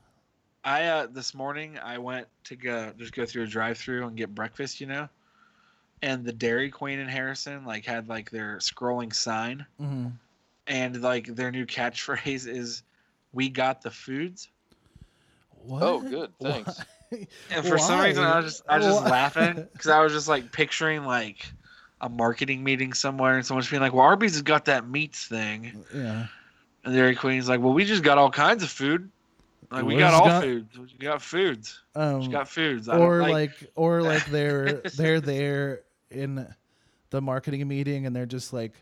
I uh, this morning I went to go just go through a drive-through and get breakfast, you know, and the Dairy Queen in Harrison like had like their scrolling sign Mm-hmm. and like their new catchphrase is "We got the foods." What? Oh, good. Thanks. And for some Why? reason I was just I was just Why? laughing because I was just like picturing like a marketing meeting somewhere and someone's being like, "Well, Arby's has got that meats thing," Yeah. and Dairy Queen's like, "Well, we just got all kinds of food." Like we We're got just all got- foods. We got foods. We Um, got foods. I don't or like, or like they're they're there in the marketing meeting and they're just like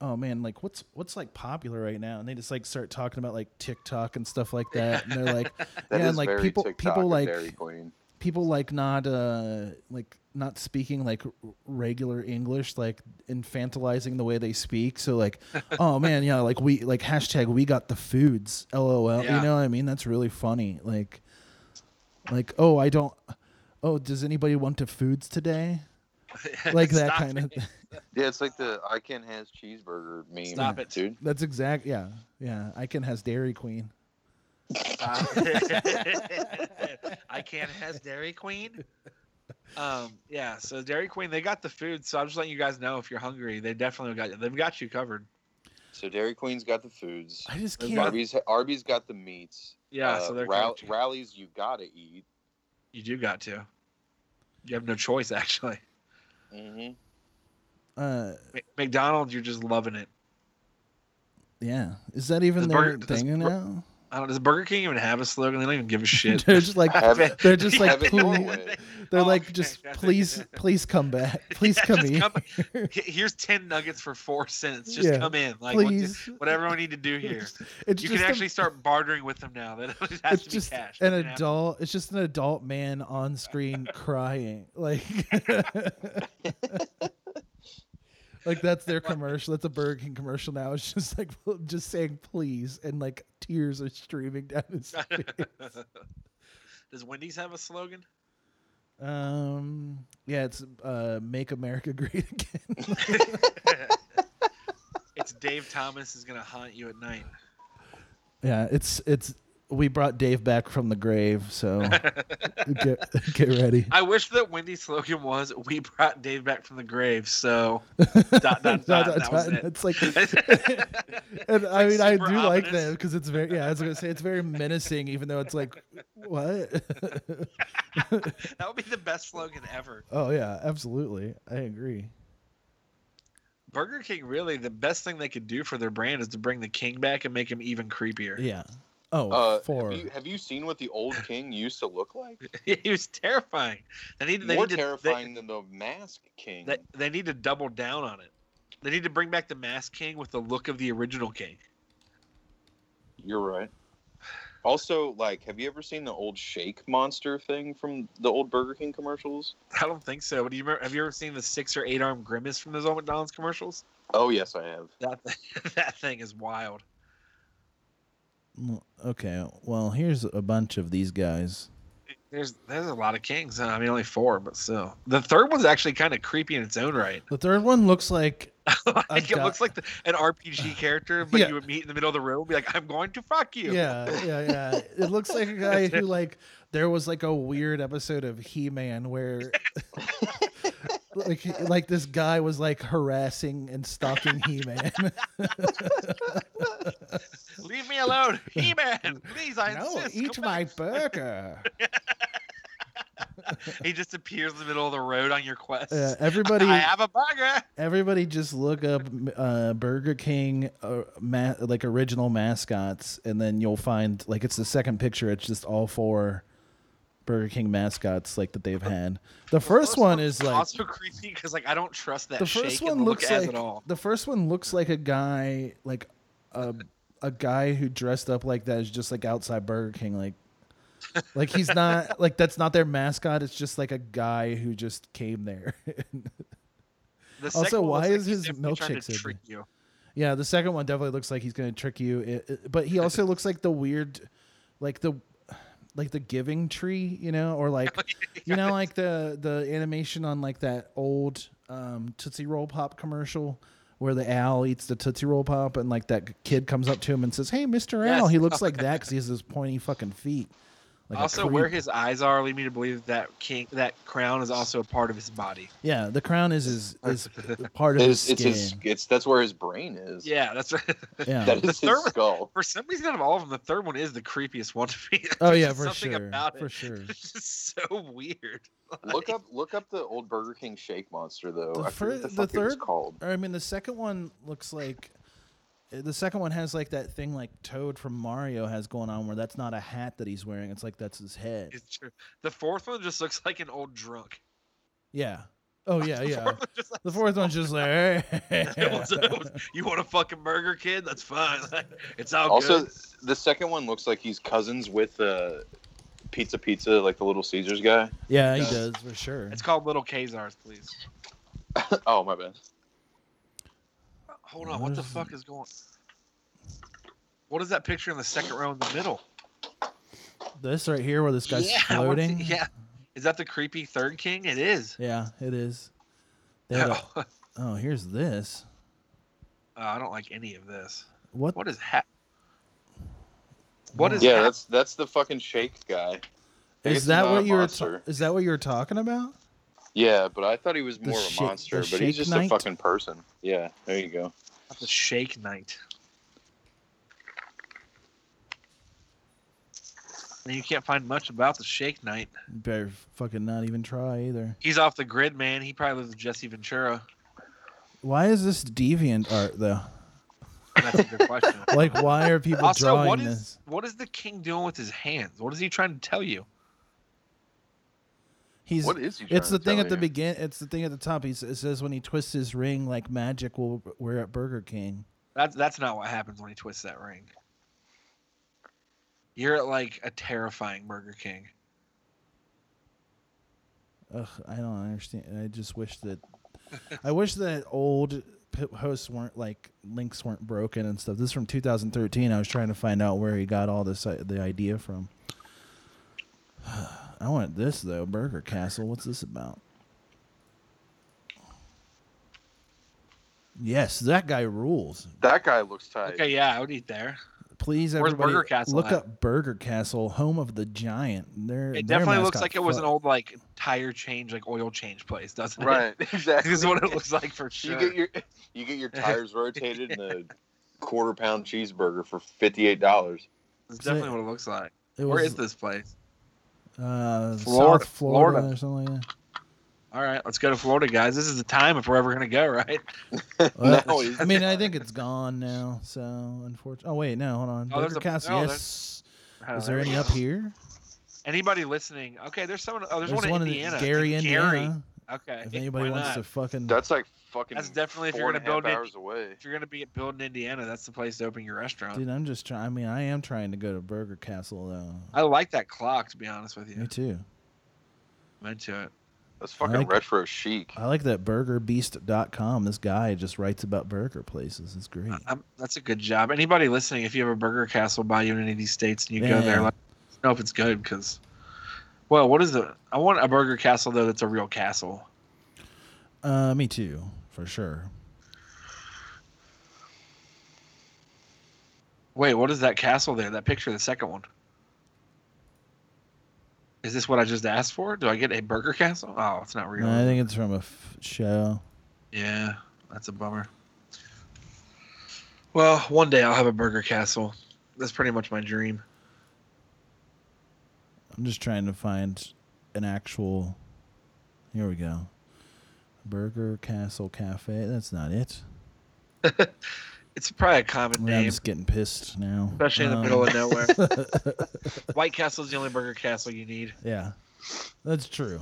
oh man like what's what's like popular right now and they just like start talking about like tiktok and stuff like that and they're like That is yeah and like very people TikTok people of like Dairy Queen. people like not uh like not speaking like r- regular english like infantilizing the way they speak so like oh man yeah like we like hashtag we got the foods lol Yeah. you know what i mean that's really funny like like oh i don't oh does anybody want to foods today like that Stop kind it. of thing. Yeah, it's like the I can't has cheeseburger meme. Stop it. dude. that's exact yeah yeah i can has dairy queen Uh, I can't has Dairy Queen. Um, yeah, so Dairy Queen, they got the food. So I'm just letting you guys know if you're hungry, they definitely got they've got you covered. So Dairy Queen's got the foods. i just Those can't Arby's Arby's got the meats. Yeah, Uh, so they're Ra- covered. rallies you gotta eat. you do got to. You have no choice actually. hmm uh Ma- McDonald's, you're just loving it. yeah is that even Does their Burger- does thing Bur- now I don't, does Burger King even have a slogan? They don't even give a shit. they're just like Have it- they're just like have it your pulling- way. They're Oh, like, okay, just gotcha, please, gotcha. please come back. Please Yeah, come just in. come- he- Here's ten nuggets for four cents. Just Yeah, come in, like what- please. whatever we need to do here. It's- It's you just can a- actually start bartering with them now. That it has It's to be just cash. an Doesn't have to adult. It's just an adult man on screen crying, like, like that's their commercial. That's a Burger King commercial now. It's just like just saying please, and like tears are streaming down his face. Does Wendy's have a slogan? Um, yeah, it's uh, "Make America Great Again." it's It's Dave Thomas is gonna haunt you at night. Yeah, it's it's we brought Dave back from the grave, so get get ready. I wish that Wendy's slogan was "We brought Dave back from the grave." So dot dot dot. Dot, dot, that was dot. it. It's like, and I like mean, I do super like ominous. that because it's very, yeah, I was gonna say it's very menacing, even though it's like, what? That would be the best slogan ever. oh yeah, absolutely, I agree. Burger King really the best thing they could do for their brand is to bring the king back and make him even creepier. Yeah. Oh, Uh, four. Have, you, have you seen what the old king used to look like? he was terrifying. They need they More need to, terrifying than the mask king. They, they, they need to double down on it. They need to bring back the mask king with the look of the original king. You're right. Also, like, have you ever seen the old shake monster thing from the old Burger King commercials? I don't think so. But do you remember, have you ever seen the six or eight arm grimace from those old McDonald's commercials? Oh yes, I have. That thing, that thing is wild. Mm, Okay. Well, here's a bunch of these guys. There's there's a lot of kings. huh? I mean, only four, but still, the third one's actually kind of creepy in its own right. The third one looks like like, it got- looks like the, an RPG character, but Yeah. you would meet in the middle of the room, and be like, "I'm going to fuck you." Yeah, yeah, yeah. It looks like a guy who like there was like a weird episode of He Man where like like this guy was like harassing and stalking He Man. Leave me alone, He-Man. Please, I no, insist. eat come my back." burger. He just appears in the middle of the road on your quest. Uh, everybody, I have a burger. everybody, just look up uh, Burger King uh, ma- like original mascots, and then you'll find like it's the second picture. It's just all four Burger King mascots like that they've had. The first, one is like also creepy because like I don't trust that. the shake first and one the looks look as like at all. the first one looks like a guy like a a guy who dressed up like that is just like outside Burger King like like he's not like that's not their mascot it's just like a guy who just came there The also, second one why looks like is he's his definitely trying milkshake to so trick you? yeah the second one definitely looks like he's going to trick you It- it- but he also looks like the weird like the like the giving tree you know or like you know like the the animation on like that old um, tootsie roll pop commercial where the owl eats the tootsie roll pop and like that kid comes up to him and says hey mr Yes. owl he looks like that because he has those pointy fucking feet like a also, where creep. his eyes are lead me to believe that king, that crown is also a part of his body. yeah the crown is his is part of his It's, skin Oh. it's his. It's that's where his brain is. Yeah, that's right. yeah That The is his third- skull. For some reason, out of all of them, the third one is the creepiest one to me. oh There's yeah just for something sure About for it. sure It's just so weird. Look up, look up the old Burger King shake monster though. The I forget fir- what the, the fuck it was third- called. or I mean, the second one looks like eh, the second one has like that thing like Toad from Mario has going on, where that's not a hat that he's wearing; it's like that's his head. It's true. The fourth one just looks like an old drunk. Yeah. Oh yeah, The yeah. fourth one just like, The fourth one's just like, it was- it was, you want a fucking burger, kid? That's fine. Like, it's all Also, Oh, good. The second one looks like he's cousins with uh, Pizza Pizza, like the Little Caesars guy. yeah, he Yeah. does for sure. It's called Little Khazars, please. oh my bad. Hold on, what the Where's- fuck is going? What is that picture in the second row in the middle? This right here, where this guy's I wanna see- floating. yeah, is that the creepy third king? It is. Yeah, it is. They had a- oh, Oh, here's this. I don't like any of this. What? What is hap? What is? Yeah, hap- that's that's the fucking shake guy. I guess is he's that not a what you were? Ta- monster. is that what you were talking about? Yeah, but I thought he was The more Shake- of a monster, the but he's Shake just Knight? a fucking person. Yeah, there you go. That's the Shake Knight. And you can't find much about the Shake Knight. Better fucking not even try either. He's off the grid, man. He probably lives with Jesse Ventura. Why is this deviant art though? That's a good question. Like, why are people also, drawing what this? is what is the king doing with his hands? What is he trying to tell you? He's What is he? It's the trying to thing tell at the you? begin. It's the thing at the top. He s- it says when he twists his ring, like magic will we're at Burger King. That's that's not what happens when he twists that ring. You're at like a terrifying Burger King. Ugh, I don't understand. I just wish that. I wish that old p- hosts weren't like links weren't broken and stuff. This is from 2013. I was trying to find out where he got all this i- the idea from. I want this though, Burger Castle. What's this about? Yes, that guy rules. That guy looks tight. Okay, yeah, I would eat there. Please, Where's everybody, Burger Castle look at? up Burger Castle, home of the giant. Their, It their definitely looks mascot like it was an fuck. old like tire change, like oil change place, doesn't it? Right, exactly. This is what it looks like for You sure. get your you get your tires rotated and a quarter pound cheeseburger for fifty eight dollars. It's definitely what it looks like. It Where was, is this place? Uh, Florida- South Florida, Florida. or something like All right, let's go to Florida, guys. This is the time if we're ever gonna go, right? that. Well, No, he's- I mean, I think it's gone now. So, unfortunately. Oh wait, no, hold on. Oh, there's Burger a- Castle. no, yes. Oh, Is there we any go. up here? Anybody listening? Okay, there's someone. Oh, there's, one, in Indiana. Gary, In Indiana. Okay. If anybody why wants not? to fucking That's like fucking. That's definitely if four you're and a gonna half build it- hours away. If you're gonna be at Build in Indiana, that's the place to open your restaurant. Dude, I'm just trying. I mean, I am trying to go to Burger Castle though. I like that clock, to be honest with Me you. too. I'm into it. Uh, That's fucking Like- retro chic. I like that burgerbeast.com. This guy just writes about burger places. It's great. i that's a good job. Anybody listening, if you have a Burger Castle by you in any of these states and you go there, Yeah. let us know if it's good. Because, well, what is it? I want a Burger Castle though. That's a real castle. Uh, me too, for sure. Wait, what is that castle there? That picture, the second one. Is this what I just asked for? Do I get a Burger Castle? Oh, it's not real. No, is I it? think it's from a f- show. Yeah, that's a bummer. Well, one day I'll have a Burger Castle. That's pretty much my dream. I'm just trying to find an actual. Here we go. Burger Castle Cafe. That's not it. It's probably a common Yeah, I'm name, just getting pissed now. especially in the Um, middle of nowhere. White Castle's the only Burger Castle you need. yeah, that's true.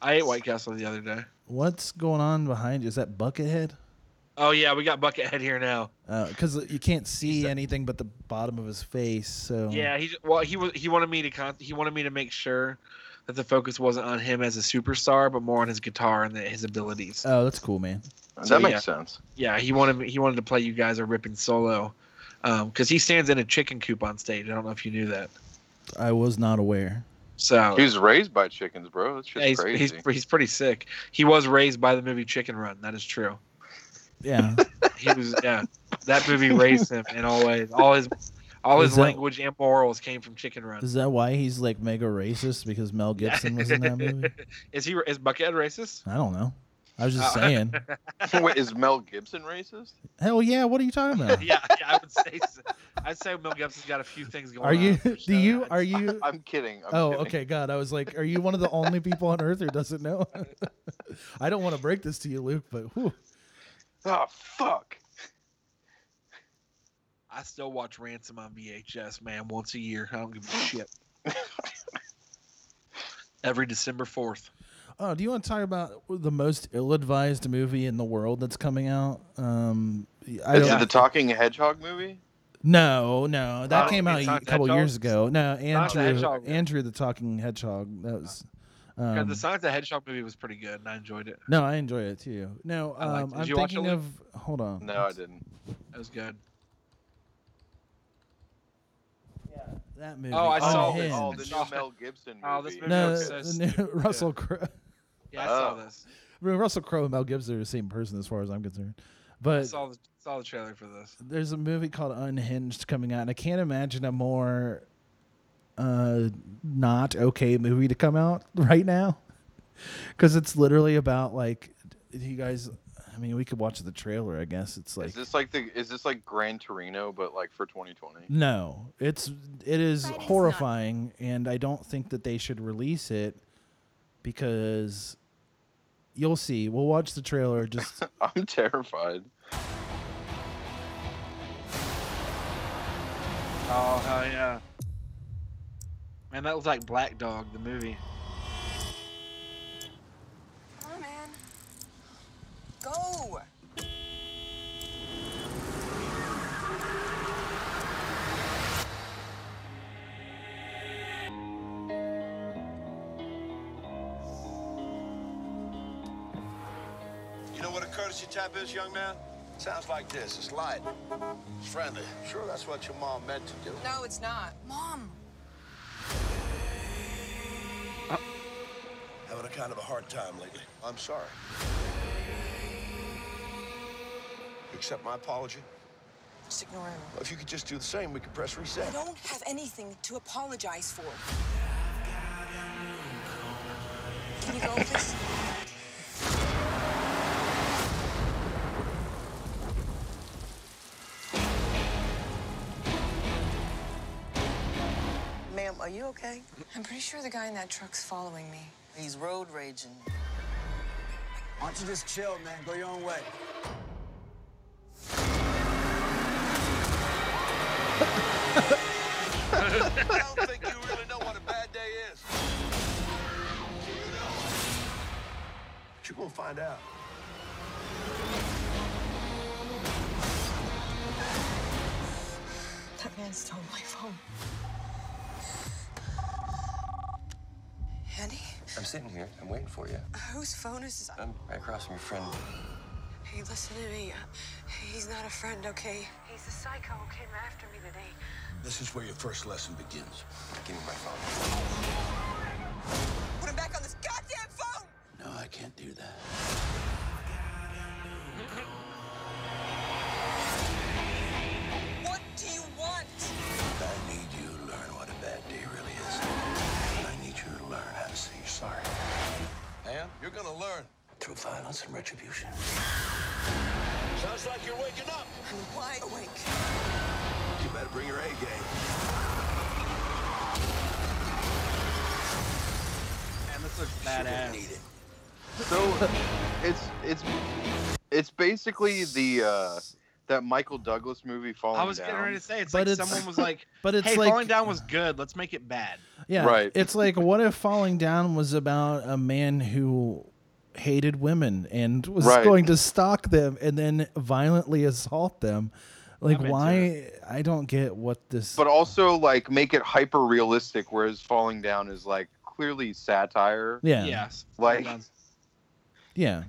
I ate White Castle the other day. What's going on behind you? Is that Buckethead? Oh yeah, we got Buckethead here now. because you can't see anything but the bottom of his face. So Yeah, he well he was he wanted me to con- he wanted me to make sure that the focus wasn't on him as a superstar, but more on his guitar and the, his abilities. Oh, that's cool, man. that yeah. makes sense. yeah, he wanted he wanted to play you guys a ripping solo, because he stands in a chicken coop on stage. I don't know if you knew that. I was not aware. So He was raised by chickens, bro. That's yeah, just he's, crazy. he's he's pretty sick. He was raised by the movie Chicken Run. That is true. Yeah, He was yeah. That movie raised him in all ways. All his all his Is that- language and morals came from Chicken Run. is that why he's like mega racist because Mel Gibson was in that movie? Is he is Buckethead racist? I don't know. I was just Oh. saying. Wait, is Mel Gibson racist? Hell yeah! What are you talking about? yeah, yeah, I would say so. I'd say Mel Gibson's got a few things going. Are you? on, so Do you? I'd- Are you? I'm kidding. I'm Oh, kidding. okay. God, I was like, are you one of the only people on Earth who doesn't know? I don't want to break this to you, Luke, but whew. Oh fuck. I still watch Ransom on VHS, man, once a year. I don't give a shit. Every December fourth. Oh, do you want to talk about the most ill-advised movie in the world that's coming out? Um, I Is don't, it the Talking Hedgehog movie? no, no, that Oh, came out a Sonic the couple Hedgehog? years ago. No, Andrew, Hedgehog. Andrew the Talking Hedgehog. That was. Because Um, the Sonic the Hedgehog movie was pretty good, and I enjoyed it. no, I enjoy it too. No, I liked um, it. Did I'm you watch it, thinking Luke? of. Hold on. No, I didn't. It was good. That movie. I Oh, saw him. this. Oh, the Saw new it. Mel Gibson movie. Oh, this movie No, looks so the- stupid. Russell Crowe. Yeah, I saw Oh. this. I mean, Russell Crowe and Mel Gibson are the same person as far as I'm concerned. I But saw the, saw the trailer for this. there's a movie called Unhinged coming out, and I can't imagine a more uh, not okay movie to come out right now because it's literally about like you guys. I mean, we could watch the trailer. I guess it's like Is this like the? Is this like Gran Torino, but like for 2020? no, it's it is Friday's not- horrifying, and I don't think that they should release it because you'll see. We'll watch the trailer. Just I'm terrified. Oh hell yeah! Man, that was like Black Dog, the movie. Come on, man. Go. You know what a courtesy tap is, young man? Sounds like this. It's light. It's friendly. Sure, that's what your mom meant to do. No, it's not. Mom. Having a kind of a hard time lately. I'm sorry. accept my apology? Just ignore him. Well, If you could just do the same, we could press I reset. don't have anything to apologize for. Can you go with this? Ma'am, are you okay? I'm pretty sure the guy in that truck's following me. He's road raging. Why don't you just chill, man? Go your own way. I don't think you really know what a bad day is. But you're gonna find out. That man stole my phone. Andy? I'm sitting here. I'm waiting for you. Whose phone is this? I'm right across from your friend. Hey, listen to me. He's not a friend, okay? He's a psycho who came after me today. This is where your first lesson begins. Give me my phone. Put him back on this goddamn phone! No, I can't do that. What do you want? I need you to learn what a bad day really is. And I need you to learn how to say you're sorry. And you're gonna learn. Through violence and retribution. Sounds like you're waking up. I'm wide awake. You better bring your A game. Man, this looks You're gonna badass. need it. So it's it's it's basically the uh that Michael Douglas movie falling I was down. getting ready to say it's But like it's- someone was like, but it's "Hey, like- falling down was good. Let's make it bad." Yeah. Right. It's like what if falling down was about a man who hated women and was Right. going to stalk them and then violently assault them. Like I'm into why I don't get what this but also like make it hyper realistic, whereas falling down is like clearly satire. yeah. Yeah. Yes. Like- Yeah.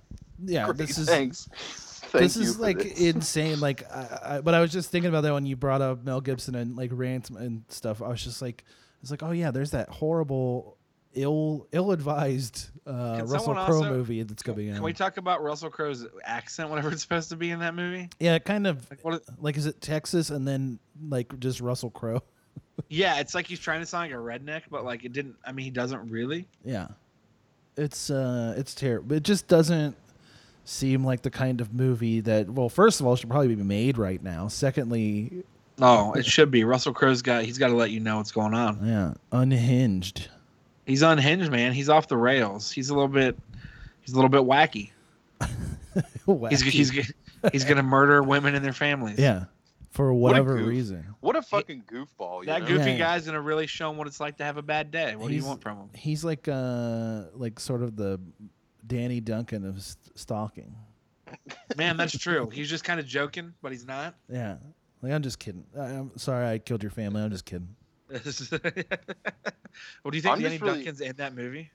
Great, this is thanks. Thank this you is for like this. insane. Like, I, I, but I was just thinking about that when you brought up Mel Gibson and like rants and stuff. I was just like, it's like, oh yeah, there's that horrible, ill, ill-advised uh, Can Russell someone Crowe also- movie that's coming Can out. we talk about Russell Crowe's accent, whatever it's supposed to be in that movie? yeah, it kind of Like, what? like is it Texas and then like just Russell Crowe? Yeah, it's like he's trying to sound like a redneck, but like it didn't. I mean, he doesn't really. Yeah, it's uh, it's terrible. It just doesn't seem like the kind of movie that. Well, first of all, should probably be made right now. Secondly, No, it should be. Russell Crowe's got. He's got to let you know what's going on. yeah, unhinged. He's unhinged, man. He's off the rails. He's a little bit. He's a little bit wacky. He's Wacky. he's he's gonna murder women and their families. Yeah, for whatever goof. reason. what a fucking goofball. You That know? goofy Yeah. guy's gonna really show him what it's like to have a bad day. What do you He's- want from him? He's like uh like sort of the Danny Duncan of st- stalking. Man, that's true. He's just kind of joking, but he's not. Yeah, like I'm just kidding. I, I'm sorry I killed your family. I'm just kidding. well, do you think I'm Danny just really- Duncan's in that movie?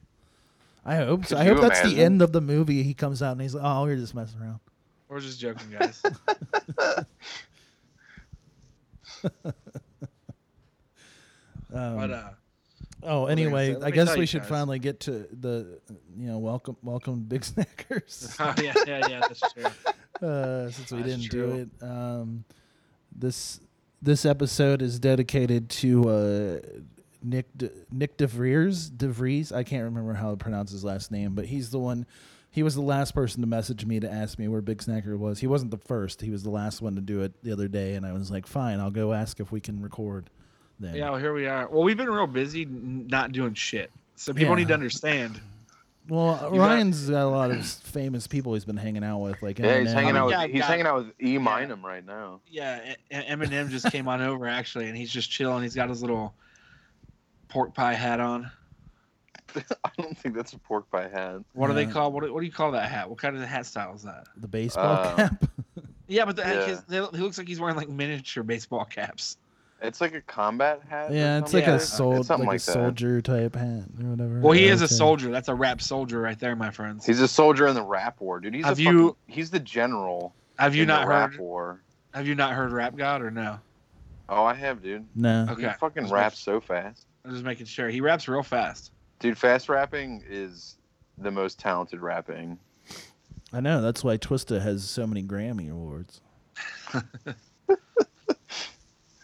I hope. So. Could I hope you that's the imagine? end of the movie. He comes out and he's like, "Oh, you're just messing around." We're just joking, guys. Um, but uh, oh, like I anyway, said, let I me guess tell we you should guys. finally get to the you know welcome welcome big snackers oh, yeah, yeah, yeah, that's true. uh, since we That's didn't true. do it. Um, this this episode is dedicated to uh, Nick De, Nick DeVries DeVries. I can't remember how to pronounce his last name, but he's the one. He was the last person to message me to ask me where Big Snacker was. He wasn't the first. He was the last one to do it the other day, and I was like, "Fine, I'll go ask if we can record." Then Yeah, well, here we are. Well, we've been real busy n- not doing shit. So people Yeah. need to understand. Well, You got- Ryan's got, a lot of famous people he's been hanging out with, like Yeah, he's Eminem. hanging out with Yeah, he's yeah. hanging out with E Minum right now. Yeah, E- E- Eminem just came on over actually, and he's just chilling. He's got his little pork pie hat on. I don't think that's a pork pie hat. What do they Yeah. call? What do, what do you call that hat? What kind of hat style is that? the baseball Uh, cap. Yeah, but the, Yeah. His, they, he looks like he's wearing like miniature baseball caps. It's like a combat hat. or Yeah, it's something like Yeah, a that. sol- It's like, something a like that. soldier type hat or whatever. Well, he is a Okay. soldier. That's a rap soldier right there, my friends. He's a soldier in the rap war, dude. He's Have a you- fucking, he's the general. have you in the not rap heard? war? Have you not heard Rap God or no? Oh, I have, dude. No. Okay. He fucking Just raps so fast. I'm just making sure. He raps real fast. Dude, fast rapping is the most talented rapping. I know. That's why Twista has so many Grammy awards.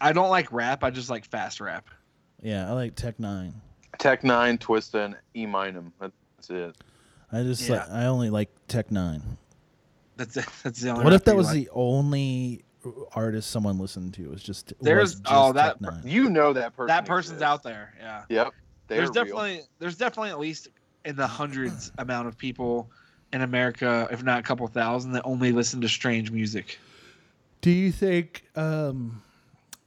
I don't like rap. I just like fast rap. Yeah, I like Tech Nine. Tech Nine, Twista, and E Minum. That's it. I just Yeah. like I only like Tech Nine. That's that's the only. What rap if that you was like. the only artist someone listened to? It was just was There's- just oh, Tech that- Nine. You know that person. that person's exists. out there? Yeah. Yep. They're there's real. definitely there's definitely at least in the hundreds amount of people in America, if not a couple thousand, that only listen to strange music. Do you think um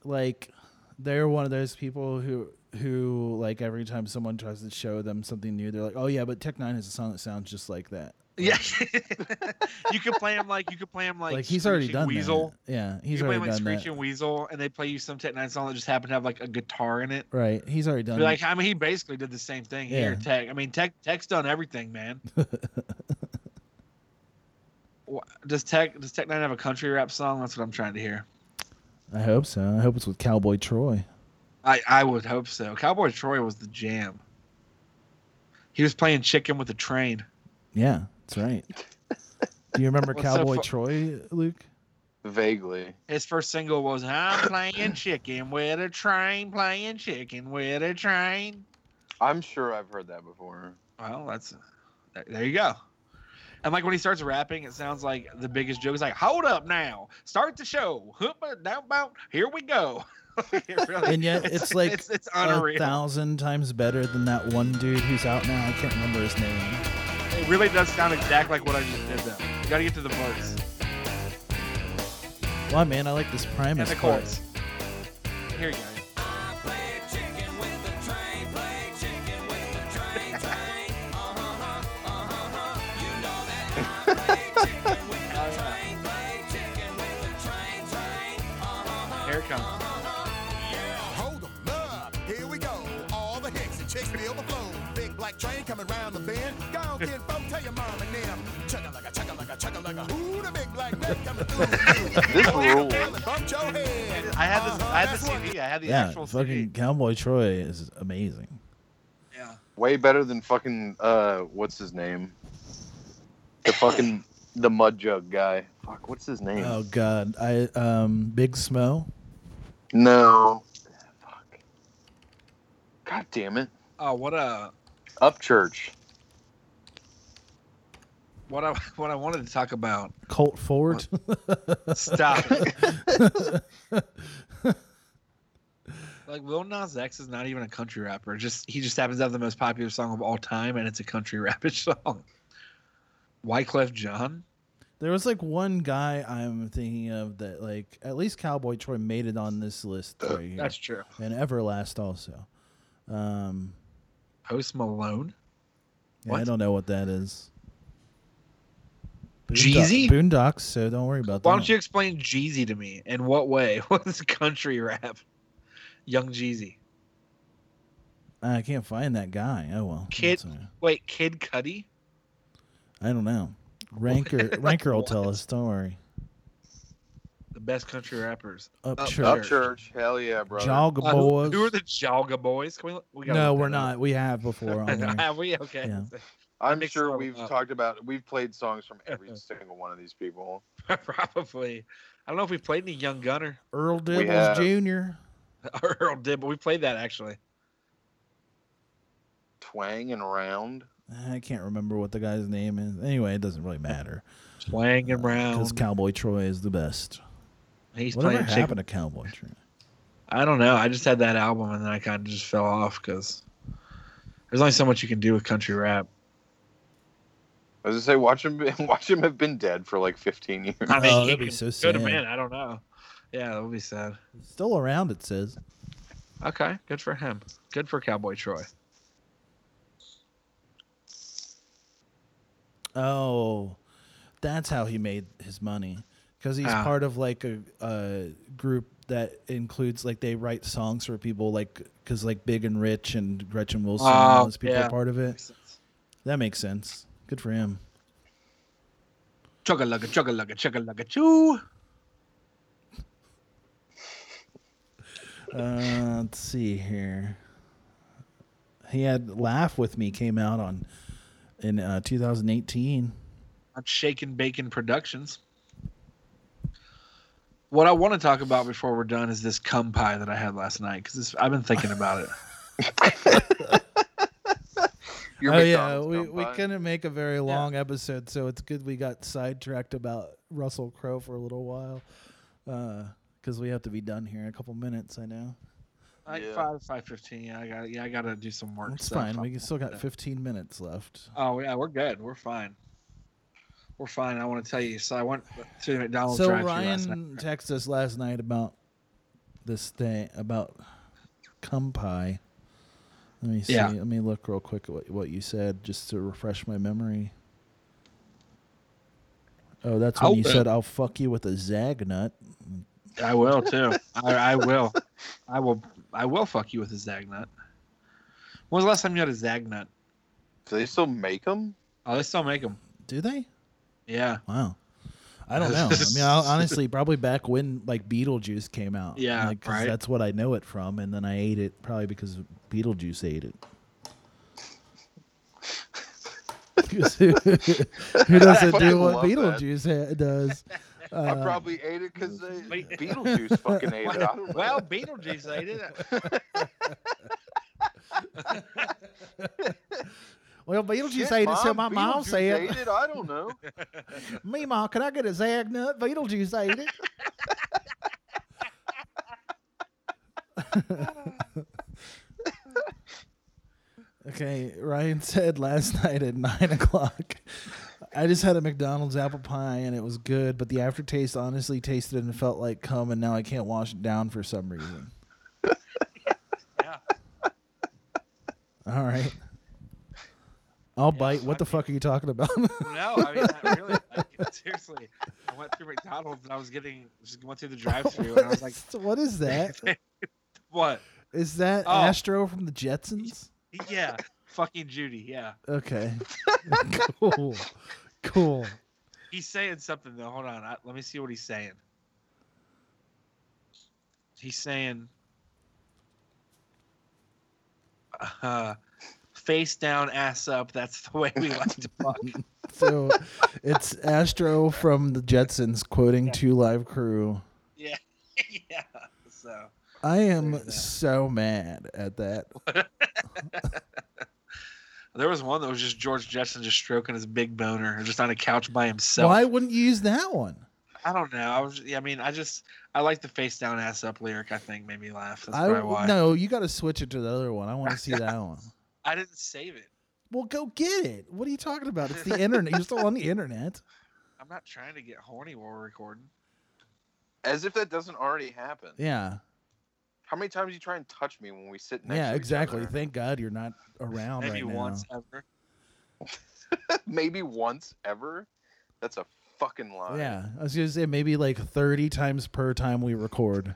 like they're one of those people who who like every time someone tries to show them something new, they're like, oh yeah, but Tech Nine has a song that sounds just like that. Yeah, you could play him like you could play him like Like, he's already Screeching done Weasel. that. Yeah, You he's could play already him done like that. Screeching Weasel, and they play you some Tech Nine song that just happened to have like a guitar in it. Right, he's already done. Be like, I mean, he basically did the same thing here. Yeah. Tech, I mean, Tech, Tech's done everything, man. Wha- does Tech does Tech Nine have a country rap song? That's what I'm trying to hear. I hope so. I hope it's with Cowboy Troy. I, I would hope so. Cowboy Troy was the jam. He was playing chicken with a train. Yeah, that's right. Do you remember What's so Cowboy fu- Troy, Luke? Vaguely. His first single was I'm playing chicken with a train, playing chicken with a train. I'm sure I've heard that before. Well, that's there- there you go. And like when he starts rapping, it sounds like the biggest joke is like, "Hold up now, start the show, Hup, uh, down, bout, here we go." It really- And yet it's like it's, it's A unreal. thousand times better than that one dude who's out now. I can't remember his name. It really does sound exact like what I just did. Though you got to get to the parts Why, man? I like this and Primus the part. chords. Here you go. Here it comes. Hold 'em up, here we go. All the hicks and chicks feel the flow. Big black train coming round the bend. Go on, kid, folk, tell your mom and them. Chugga like a chugga like a chugga like a. Ooh, the big black neck coming through. This Go on, rules. girl, and bump your head. I had this. Uh-huh, I had that's the what- CD. I had the Yeah, actual fucking CD. Cowboy Troy is amazing. Yeah. Way better than fucking uh what's his name? The fucking the mud jug guy. Fuck, what's his name? Oh God, I um Big Smo. No. Fuck. God damn it. Oh, what a Upchurch. what I what I wanted to talk about. Colt Ford. Stop. it. like Lil Nas X is not even a country rapper. Just he just happens to have the most popular song of all time, and it's a country rapper song. Wyclef John. there was like one guy I'm thinking of that like at least Cowboy Troy made it on this list right here, Uh, That's true. and Everlast also. Um, Post Malone. yeah, I What? don't know what that is. Jeezy? Boondock- Boondocks. So don't worry about that. Why don't you explain Jeezy to me? In what way? What's country rap? Young Jeezy. I can't find that guy. Oh well. Kid- That's all right. Wait, Kid Cudi. I don't know. Ranker Ranker will tell us. Don't worry. The best country rappers. Up Up- church. Upchurch. Hell yeah, brother. Jog Uh, who, boys. who are the Jalga boys? Can we? look- we gotta no, look we're that up. not. We have before on there. Have we? Okay. Yeah. I'm mixed sure them we've up. talked about we've played songs from every single one of these people. Probably. I don't know if we played any Young Gunner Earl Dibbles have- Jr. or Earl did, but we played that actually. Twang and round. I can't remember what the guy's name is. Anyway, it doesn't really matter Playing and because round. Cowboy Troy is the best. Um, He's Whatever playing happened chicken. to Cowboy Troy? I don't know. I just had that album and then I kind of just fell off because there's only so much you can do with country rap. I was gonna say watch him watch him have been dead for like 15 years. I mean, Oh, he that'd be could- so could have sad. been. I don't know. Yeah, that would be sad. Still around, it says. Okay, good for him. Good for Cowboy Troy. Oh, that's how he made his money because he's Ah. part of like a, a group that includes like they write songs for people like because like Big and Rich and Gretchen Wilson and all Oh, those people yeah. are part of it. That makes sense. Good for him. Chugga lugga, chugga lugga, chugga lugga, choo. Uh, let's see here. He had "Laugh with Me" came out on in uh, 2018. on Shaken Bacon Productions. What I want to talk about before we're done is this cum pie that I had last night because I've been thinking about it. Your oh yeah, McDonald's we, come we by. couldn't make a very long episode, so it's good we got sidetracked about Russell Crowe for a little while, because we have to be done here in a couple minutes. I know Like Yeah. five, five fifteen. Yeah, I got. Yeah, I got to do some work. it's so fine. fuck We that. still got 15 minutes left. Oh yeah, we're good. We're fine. We're fine. I want to tell you. So I went to McDonald's so drive-thru last night. Ryan texted us last night about this thing about cum pie. Let me see. Yeah. Let me look real quick at what, what you said just to refresh my memory. Oh, that's when I'll you bet. said I'll fuck you with a zag nut. I will too. I, I will. I will. I will fuck you with a zag nut. When was the last time you had a zag nut? Do they still make them? Oh, they still make them. Do they? Yeah. Wow. I don't know. I mean, i honestly, probably back when like Beetlejuice came out. Yeah, like, 'cause right. That's what I know it from, and then I ate it probably because Beetlejuice ate it. 'Cause who, who doesn't fucking do what love that. Beetlejuice ha- does? I Uh, probably ate it because they Wait. Beetlejuice fucking ate it. I don't know. Well, Beetlejuice ate it. well, Beetlejuice Shit, ate it, so my Mom, mom Beetlejuice said, ate it. I don't know. "Me, ma, can I get a zag nut? Beetlejuice ate it." Okay, Ryan said last night at nine o'clock, I just had a McDonald's apple pie and it was good, but the aftertaste honestly tasted and felt like cum, and now I can't wash it down for some reason. Yeah. All right. I'll bite. What the fuck are you talking about? No, I mean, not really. Like, seriously, I went through McDonald's and I was getting just went through the drive-through and I was like, what is that? "What? Is that Oh. Astro from the Jetsons? Yeah, fucking Judy. Yeah." Okay. cool. Cool. He's saying something though. Hold on. I, let me see what he's saying. He's saying uh, face down, ass up. That's the way we like to fuck. So it's Astro from the Jetsons quoting two live crew. yeah. yeah. So I There's am that. so mad at that. there was one that was just George Jetson just stroking his big boner just on a couch by himself. Why wouldn't you use that one? I don't know. I was. I mean, I just I like the face down, ass up lyric. I think made me laugh. That's I probably why. no, you got to switch it to the other one. I want to see that one. I didn't save it. Well, go get it. What are you talking about? It's the internet. You're still on the internet. I'm not trying to get horny while we're recording. As if that doesn't already happen. Yeah, How many times you try and touch me when we sit next? yeah, to each exactly. other? Thank God you're not around Maybe right once ever. Maybe once ever. That's a fucking now. lie. Yeah, I was gonna say maybe like 30 times per time we record.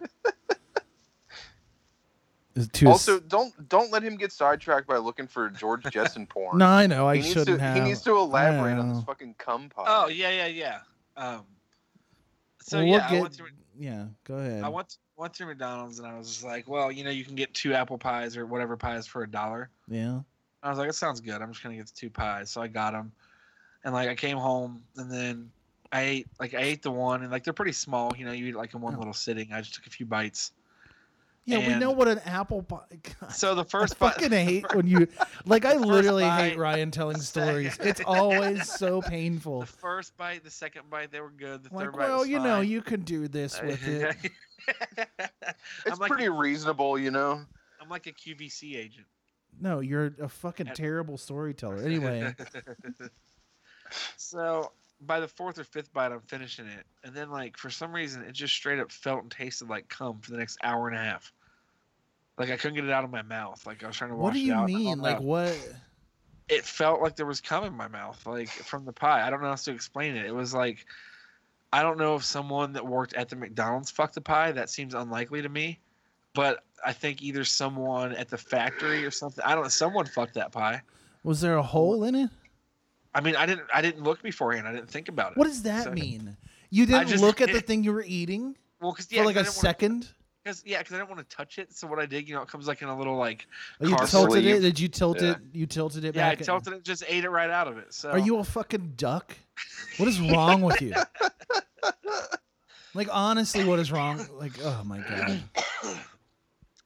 It's too Also, don't don't let him get sidetracked by looking for George Jetson porn. no, I know. I he needs shouldn't to, have. He needs to elaborate on this know. fucking cum pie. Oh yeah, yeah, yeah. Um, so Well, we'll yeah, I went get- through. Yeah, go ahead. I went went through McDonald's and I was just like, well, you know, you can get two apple pies or whatever pies for a dollar. yeah. I was like, that sounds good. I'm just gonna get the two pies. So I got them, and like I came home and then I ate like I ate the one and like they're pretty small. You know, you eat like in one Oh. little sitting. I just took a few bites. Yeah, we know And- what an apple pie. God, So the first I bite, fucking hate when you like. I First literally hate bite. Ryan telling Second. stories. It's always so painful. the first bite, the second bite, they were good. The I'm like, third bite, well, was you know, fine. you can do this with it. it's I'm like pretty a, reasonable, you know. I'm like a QVC agent. No, you're a fucking terrible storyteller. Anyway, so by the fourth or fifth bite, I'm finishing it, and then like for some reason, it just straight up felt and tasted like cum for the next hour and a half. Like I couldn't get it out of my mouth. Like I was trying to wash what do it you out, and all mean? Like that. what? it felt like there was cum in my mouth, like from the pie. I don't know how else to explain it. It was like I don't know if someone that worked at the McDonald's fucked the pie. That seems unlikely to me, but I think either someone at the factory or something. I don't. Someone fucked that pie. Was there a hole in it? I mean, I didn't. I didn't look beforehand. I didn't think about it. What does that So- mean? You didn't just- look at the thing you were eating Well, because yeah, for like a second. Because yeah, because I didn't want to touch it. So what I did, you know, it comes like in a little like Oh, you car tilted it. sleeve. Did you tilt Yeah. it? You tilted it yeah, I back. at- tilted it, just ate it right out of it. So Are you a fucking duck? What is wrong with you? Like honestly, what is wrong? Like oh my god.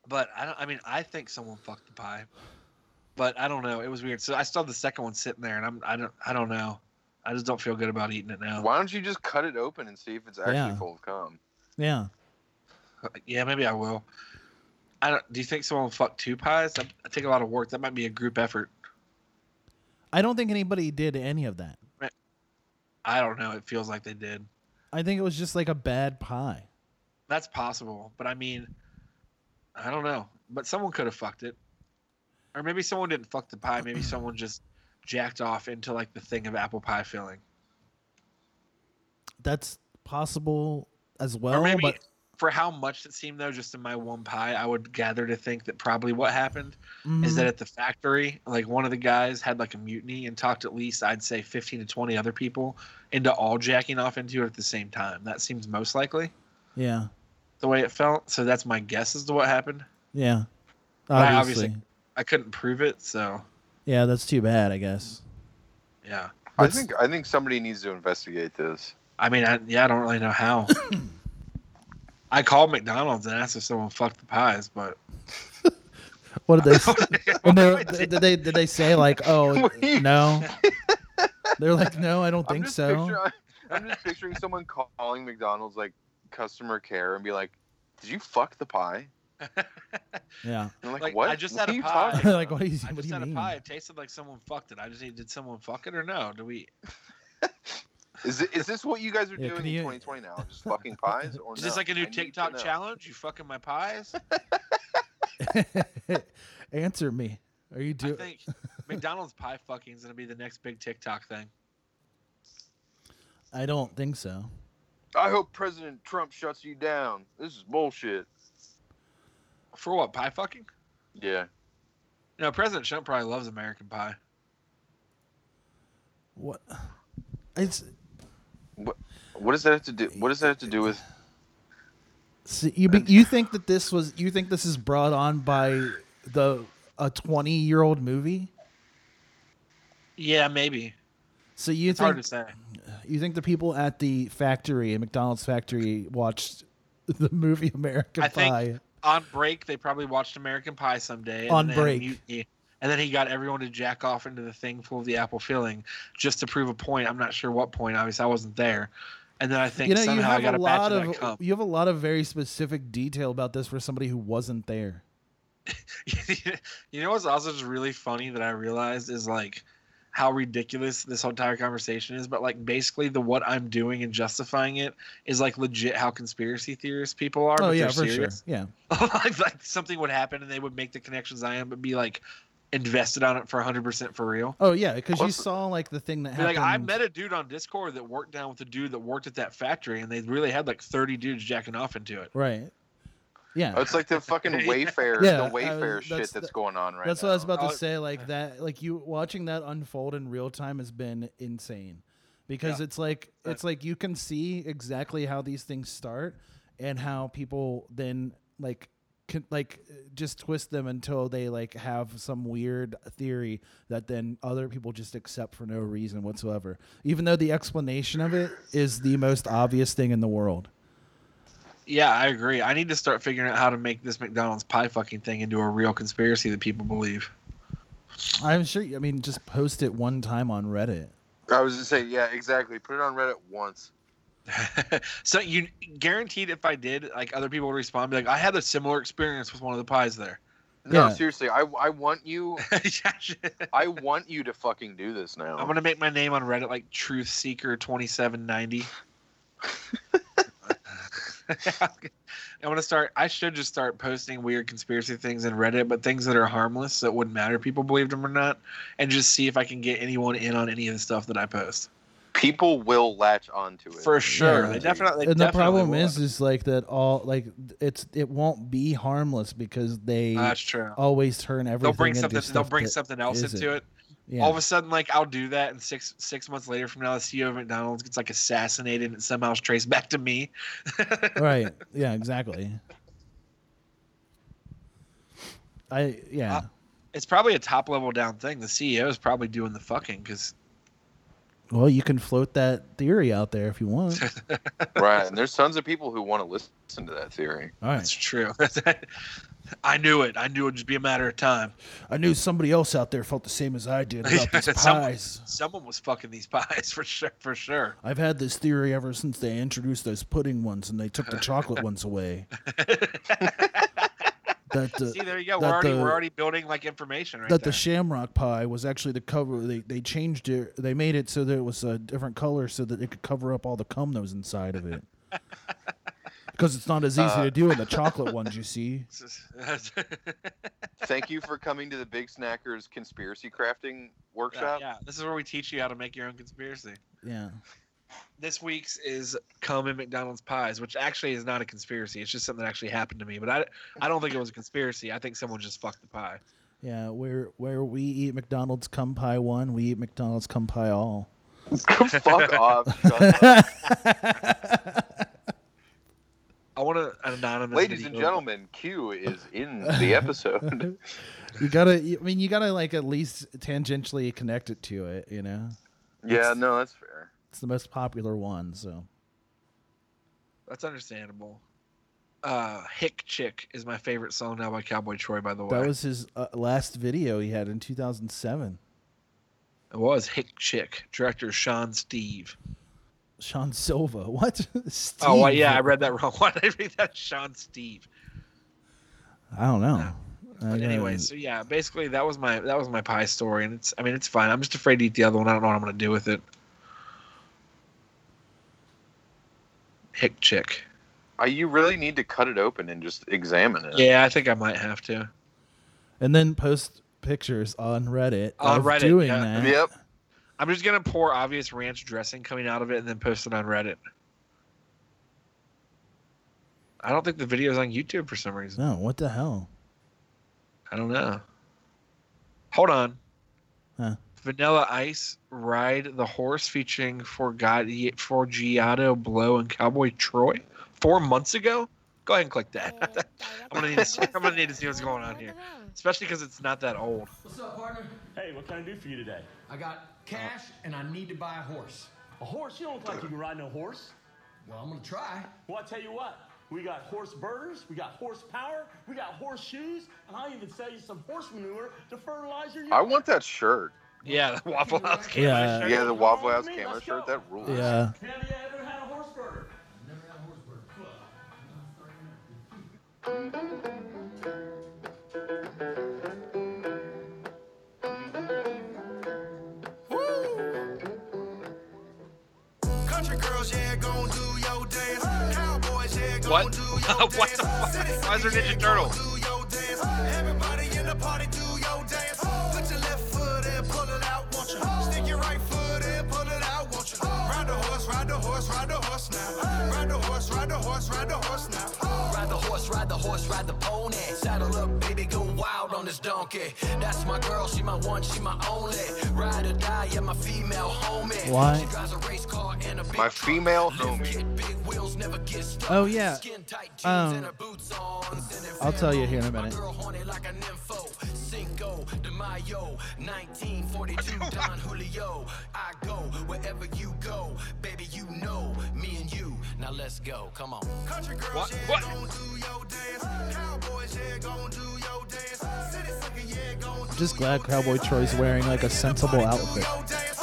But I don't. I mean, I think someone fucked the pie, but I don't know. It was weird. So I still have the second one sitting there, and I'm I don't I don't know. I just don't feel good about eating it now. Why don't you just cut it open and see if it's actually Yeah. full of cum? Yeah. Yeah, maybe I will. I don't. Do you think someone fucked two pies? That, I take a lot of work. That might be a group effort. I don't think anybody did any of that. I don't know. It feels like they did. I think it was just like a bad pie. That's possible, but I mean, I don't know. But someone could have fucked it, or maybe someone didn't fuck the pie. Maybe someone just jacked off into like the thing of apple pie filling, That's possible as well. or maybe but for how much it seemed though, just in my one pie, I would gather to think that probably what happened is mm-hmm. that at the factory, like one of the guys had like a mutiny and talked at least I'd say fifteen to twenty other people into all jacking off into it at the same time. That seems most likely yeah, the way it felt. So that's my guess as to what happened. yeah. I Obviously. obviously- I couldn't prove it, so yeah, that's too bad. I guess. yeah. I Let's- think I think somebody needs to investigate this. I mean, I, yeah, I don't really know how. I called McDonald's and asked if someone fucked the pies, but What did they? s- when they were- did they did they say like, oh Wait. no? They're like, no, I don't I'm think just so. picturing- I'm just picturing someone calling McDonald's like customer care and be like, "Did you fuck the pie?" Yeah, And I'm like, Like, what? I just What had are a you pie. talking about?" like what do you I what do just you had a mean? pie. It tasted like someone fucked it. I just need, did someone fuck it or no? Do we? Is, it, is this what you guys are Yeah, doing can in you- 2020 now? Just fucking pies? Or Is no? this like a I new need to TikTok know. challenge? You fucking my pies? Answer me. Are you I doing? think McDonald's pie fucking is gonna be the next big TikTok thing. I don't think so. I hope President Trump shuts you down. This is bullshit. For what? Pie fucking? Yeah. No, President Trump probably loves American pie. What? It's What does that have to do? What does that have to do with? so you. Be, you think that this was? You think this is brought on by the a twenty year old movie? Yeah, maybe. So you It's hard think to say. you think the people at the factory, at McDonald's factory, watched the movie American I think- Pie? On break, they probably watched American Pie someday. and On then they had a break. mutiny, And then he got everyone to jack off into the thing full of the apple filling just to prove a point. I'm not sure what point. Obviously, I wasn't there. And then I think you know, you somehow I have got a a, batch lot of, that of uh, cum. you have a lot of very specific detail about this for somebody who wasn't there. you know what's also just really funny that I realized is like how ridiculous this whole entire conversation is, but like basically the what I'm doing and justifying it is like legit how conspiracy theorist people are. oh but yeah, they're for serious. sure. Yeah, like, like something would happen and they would make the connections I am, but be like invested on it for 100% for real. Oh yeah, because you What's- saw like the thing that Be happened. like I met a dude on Discord that worked down with a dude that worked at that factory, and they really had like 30 dudes jacking off into it. Right. Yeah. Oh, it's like the fucking Wayfair, Yeah, I the Wayfair was- shit that's that's, the- going on right That's now. what I was about Oh, to say. Like that, like you watching that unfold in real time has been insane, because Yeah. it's like Right. it's like you can see exactly how these things start and how people then like can like just twist them until they like have some weird theory that then other people just accept for no reason whatsoever, even though the explanation of it is the most obvious thing in the world. Yeah, I agree. I need to start figuring out how to make this McDonald's pie fucking thing into a real conspiracy that people believe. I'm sure. I mean, just post it one time on Reddit. I was just saying, yeah, exactly. Put it on Reddit once. so you guaranteed if I did, like other people would respond, be like, "I had a similar experience with one of the pies there." No, Yeah. seriously, I, I want you, I want you to fucking do this now. I'm gonna make my name on Reddit like Truth Seeker 2790. I'm gonna start. I should just start posting weird conspiracy things in Reddit, but things that are harmless, so it wouldn't matter if people believed them or not, and just see if I can get anyone in on any of the stuff that I post. People will latch onto it. For sure, Yeah. they definitely. They and the definitely problem will. is, is like that all like it's it won't be harmless because they that's true. always turn everything. Ah, They'll bring into something. They'll stuff bring that something else isn't. into it. Yeah. All of a sudden, like I'll do that, and six six months later from now, the CEO of McDonald's gets like assassinated, and somehow it's traced back to me. right. Yeah. Exactly. I yeah Ah. E It's probably a top level down thing. The CEO is probably doing the fucking because Well, you can float that theory out there if you want. right. And there's tons of people who want to listen to that theory. All right. That's true. I knew it. I knew it would just be a matter of time. I knew somebody else out there felt the same as I did about these someone, pies. someone was fucking these pies for sure. For sure. I've had this theory ever since they introduced those pudding ones and they took the chocolate ones away. that the, See, there you go. We're that already the- we're already building like information right that there. the shamrock pie was actually the cover. They, they changed it. They made it so that it was a different color so that it could cover up all the cum that was inside of it. Because it's not as easy Uh. to do in the chocolate ones, you see. Thank you for coming to the Big Snackers conspiracy crafting yeah, workshop. yeah. This is where we teach you how to make your own conspiracy. Yeah. This week's is cum and McDonald's pies, which actually is not a conspiracy. It's just something that actually happened to me. But I, I don't think it was a conspiracy. I think someone just fucked the pie. Yeah, where where we eat McDonald's cum pie one, we eat McDonald's cum pie all. Fuck off. Shut up. I want a, an anonymous. Ladies and video. gentlemen, Q is in the episode. You gotta, I mean, you gotta like at least tangentially connect it to it. You know, yeah, no, that's fair. it's the most popular one, so That's understandable. Uh, Hick Chick is my favorite song now by Cowboy Troy. By the way, that was his uh, last video he had in 2007. it was Hick Chick. Director Sean Steve. Sean Silva, what? Steve. Oh well, yeah, I read that wrong. Why did I read that? Sean Steve. I don't know. I Oh. But don't- anyway, so yeah, basically that was my that was my pie story, and it's I mean it's fine. I'm just afraid to eat the other one. I don't know what I'm gonna do with it. Hick Chick. Uh, you really need to cut it open and just examine it. Yeah, I think I might have to. and then post pictures on Reddit On of Reddit, doing yeah. that. Yep. I'm just gonna pour obvious ranch dressing coming out of it and then post it on Reddit. I don't think the video's on YouTube for some reason. No, what the hell? I don't know. Hold on. Huh. Vanilla Ice Ride the Horse featuring Forgotti- Forgiato Blow and Cowboy Troy four months ago? Go ahead and click that. I'm gonna need to see, I'm gonna need to see what's going on here. Especially because it's not that old. What's up, partner? Hey, what can I do for you today? I got cash and I need to buy a horse. A horse? You don't look like you can ride no horse. Well, I'm gonna try. Well, I tell you what, we got horse birders, we got horsepower, we got horse shoes, and I'll even sell you some horse manure to fertilize your I yard. want that shirt. Yeah, the Waffle House. came out. Yeah, Yeah, the Waffle House Me, camo let's shirt. go. That rules. yeah. Have you ever had a horse burger? Country girls, yeah, gon' do your dance. Cowboys, yeah, gon' What? do what the fuck? Why is there Ninja Turtle? do your dance. Everybody in the party do your dance. Put your left foot and pull it out, won't you? Stick your right foot and pull it out, won't you? Ride the horse, ride the horse, ride the horse now. Ride the horse, ride the horse, ride the horse now. Ride the horse, ride the horse, ride the pony. Saddle up, baby, go wild on this donkey. That's my girl, she my one, she my only. Ride or die, yeah, my female homie. Why? She drives a race car and a big My truck. female homie. Kid, big wheels, never get stuck. Oh, yeah. Skin tight jeans Um, and her boots on. Send it I'll tell you here in a my minute. girl horny like a nympho. Cinco de Mayo, 1942 Don Julio. I go wherever you go, baby. You know me and you. Now let's go. Come on. Country girls, What? yeah, What? gon' do your dance. Cowboys, yeah, gon' do your dance. City slicker, yeah, gon' I'm just glad Cowboy Troy's wearing like a sensible outfit. Oh,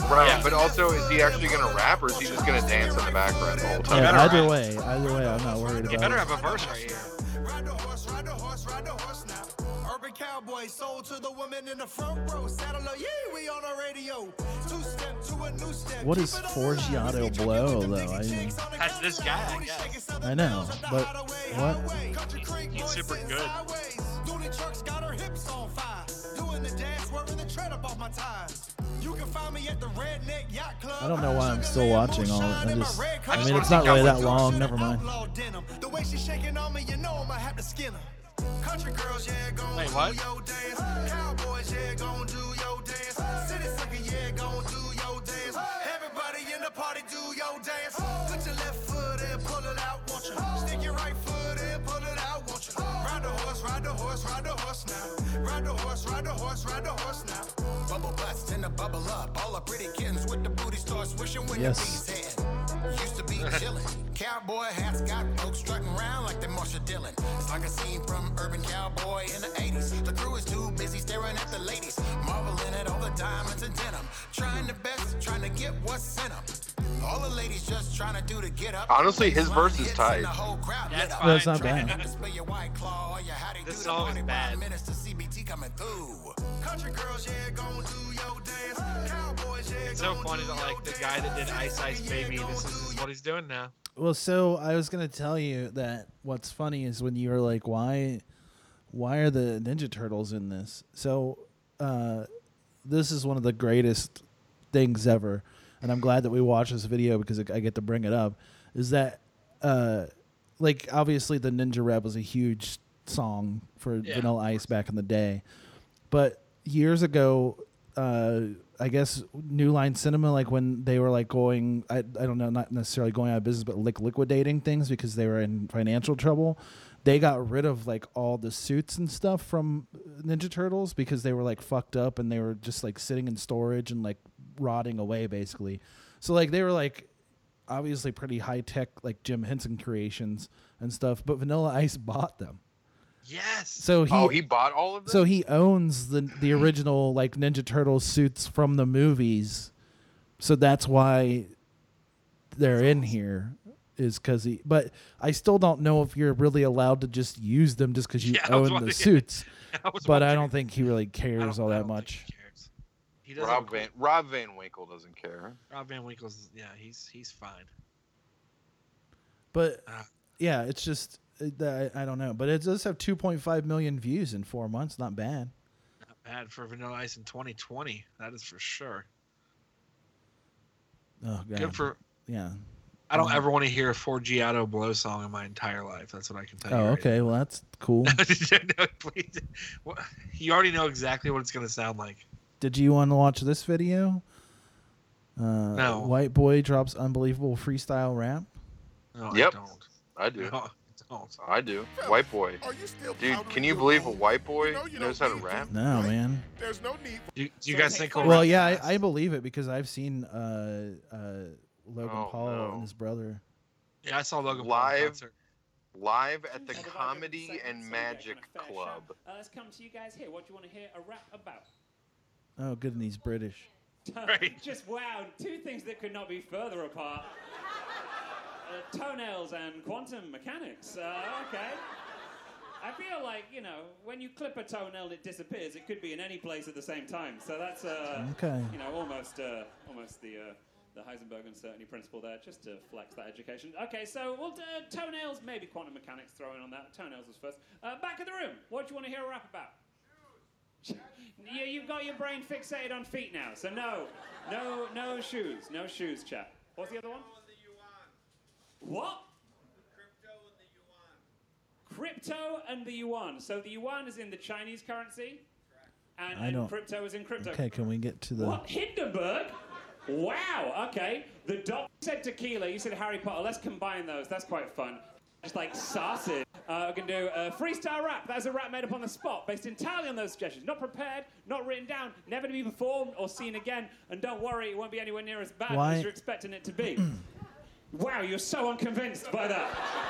Right. But also, is he actually going to rap or is he just going to dance in the background the whole time? Yeah, better either have- way, either way, I'm not worried You about. better It. have a verse right here. Ride the horse, ride the horse, ride the horse now. Urban cowboy sold to the woman in the front row. Saddle up, yeah, we on the radio. Two step to a new step. What is Forgiato Blow though? I That's this guy, I guess. I know, but what? He's super good. You can find me at the Redneck Yacht Club. I don't know why I'm still watching all. I just. I I just mean, wanna it's not think I really would that long. Never mind. Outlaw denim. The way she's shaking on me, you know I'm gonna have to skin her. Country girls, yeah, gon' Wait, do what? your dance. Cowboys, yeah, gon' do your dance. City slicker, yeah, gon' do your dance. Everybody in the party, do your dance. Put your left foot and pull it out, won't you? Stick your right foot and pull it out, won't you? Ride the horse, ride the horse, ride the horse now. Ride the horse, ride the horse, ride the horse now. Bubble bust and the bubble up. All the pretty kittens with the booty starts Wishing when Yes. the bees had. Used to be chilling. Cowboy hats got folks strutting around like they Marsha Dillon. It's like a scene from Urban Cowboy in the 80s. The crew is too busy staring at the ladies, marveling at all the diamonds and denim. Trying the best, trying to get what's sent 'em. All the ladies just trying to do to get up. Honestly, his verse is tight. That's fine. That's not bad. This song is bad. Minutes to CBT coming through. Country girls, yeah, gon' do your dance. Cowboys, yeah, It's so funny that like the guy that did Ice Ice Baby, this is what he's doing now. Well, so I was gonna tell you that what's funny is when you were like, why, why are the Ninja Turtles in this? So, uh, this is one of the greatest things ever, and I'm glad that we watched this video because I get to bring it up. Is that, uh, like obviously the Ninja Rap was a huge song for Yeah. Vanilla Ice back in the day, but years ago, uh, I guess New Line Cinema, like when they were like going, I, I don't know, not necessarily going out of business, but like liquidating things because they were in financial trouble. They got rid of like all the suits and stuff from Ninja Turtles because they were like fucked up and they were just like sitting in storage and like rotting away basically. So like they were like obviously pretty high tech like Jim Henson creations and stuff, but Vanilla Ice bought them. Yes. So he oh, he bought all of them. so he owns the the original like Ninja Turtle suits from the movies, so that's why they're in here is because he. But I still don't know if you're really allowed to just use them just because you Yeah, I was own the wondering- suits. I was but I wondering. don't think he really cares all that much. He doesn't. Rob Van Rob Van Winkle doesn't care. Rob Van Winkle's yeah, he's he's fine. But Ah. yeah, it's just uh, that- I I don't know. But it does have 2.5 million views in four months. Not bad. Not bad for Vanilla Ice in 2020. That is for sure. Oh god. Good for. yeah. I don't ever want to hear a 4G Auto Blow song in my entire life. That's what I can tell Oh you. right okay. Well that's cool. now. No, please. What- You already know exactly what it's going to sound like. Did you want to watch this video? Uh, No. White boy drops unbelievable freestyle rap. No, Yep. I don't. I do. Uh-huh. No, I don't. I do. White boy. Are you still Dude, powdering can you your believe a bones? white boy You know you knows how don't to need rap? No Right. man. There's no need for Do, do you guys think? he'll Well, rap yeah, fast? I, I believe it because I've seen uh, uh, Logan Oh, Paul no. and his brother. yeah, I saw Logan Paul in Live- concert. Live at the Talk about different Comedy segments, so and we Magic get kind of fair shot. Club. Uh, let's come to you guys here. What do you want to hear a rap about? Oh, good, and he's British. Just wow, two things that could not be further apart. Uh, toenails and quantum mechanics. Uh, okay. I feel like, you know, when you clip a toenail, it disappears. It could be in any place at the same time. So that's, uh, Okay. you know, almost, uh, almost the, uh, the Heisenberg uncertainty principle there, just to flex that education. Okay, so we'll do toenails, maybe quantum mechanics throw in on that. Toenails was first. Uh, back of the room, what do you want to hear a rap about? Yeah, you've got your brain fixated on feet now, so no, no, no shoes, no shoes, chap. What's the other one? What? Crypto and the yuan. So the yuan is in the Chinese currency, and, I and don't- crypto is in crypto. Okay, can we get to the? What? Hindenburg? Wow, okay. The doc said tequila, you said Harry Potter. Let's combine those. That's quite fun. Just like sausage. Uh, we can do a freestyle rap. That is a rap made up on the spot, based entirely on those suggestions. Not prepared, not written down, never to be performed or seen again. And don't worry, it won't be anywhere near as bad Why- as you're expecting it to be. wow, you're so unconvinced by that.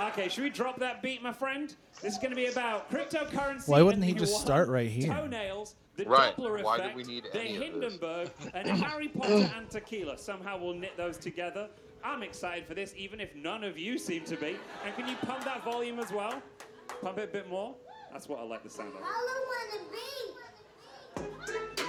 Okay, should we drop that beat, my friend? This is going to be about cryptocurrency. Why wouldn't and he the just yuan, start right here? Toenails, the Right. Doppler Why do effect, we need the any of this? Hindenburg, and Harry Potter and tequila. Somehow we'll knit those together. I'm excited for this, even if none of you seem to be. And can you pump that volume as well? Pump it a bit more. That's what I like the sound of.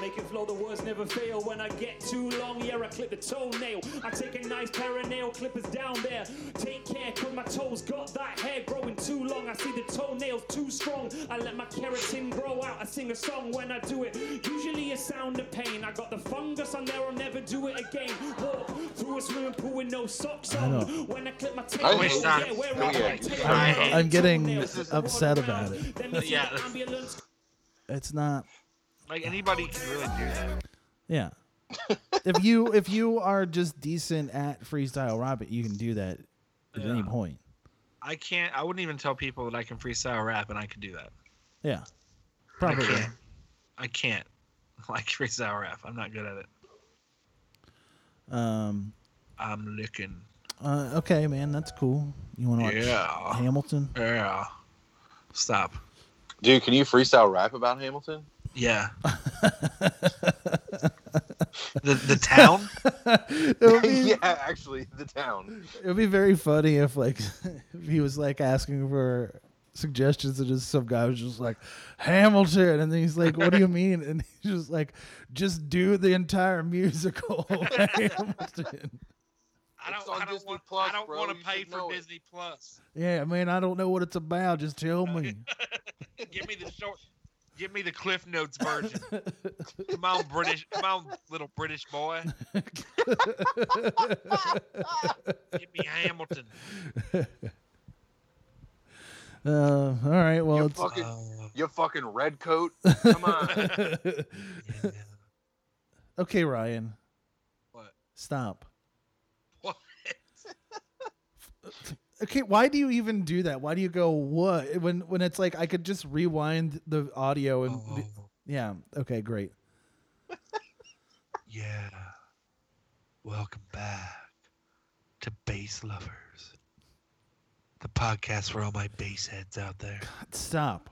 Make it flow, the words never fail. When I get too long, yeah, I clip the toenail. I take a nice pair of nail clippers down there. Take care, cause my toes got that hair growing too long. I see the toenails too strong. I let my keratin grow out. I sing a song when I do it. Usually a sound of pain. I got the fungus on there, I'll never do it again. Walk through a swimming pool with no socks I on. know. When I clip my tail, I wish yeah, that- where oh, are yeah. my tail? I hate- I'm getting This is- upset about it. Then we see Yeah, the that's- ambulance It's not. Like anybody can really do that. Yeah. if you if you are just decent at freestyle rap, you can do that at any Yeah. point. I can't. I wouldn't even tell people that I can freestyle rap, and I can do that. Yeah. Probably. I can't. I can't. Like freestyle rap. I'm not good at it. Um, I'm licking. uh, okay, man, that's cool. You want to watch Yeah. Hamilton? Yeah. Stop. Dude, can you freestyle rap about Hamilton? Yeah. the the town? It would be- yeah, actually, the town. It would be very funny if like if he was like asking for suggestions and just some guy was just like Hamilton and then he's like, What do you mean? And he's just like, just do the entire musical Hamilton. I don't, I don't, want, I don't want to pay for Disney Plus. Yeah, man, I don't know what it's about. Just tell me. give me the short give me the cliff notes version come on british come on little british boy give me hamilton Uh, all right, well you Oh, it's uh, fucking, Oh, you fucking red coat. Come on. Okay, Ryan. What? Stop. What? Okay, why do you even do that? Why do you go what when when it's like I could just rewind the audio and Oh, yeah, okay, great. yeah welcome back to bass lovers the podcast for all my bass heads out there Stop.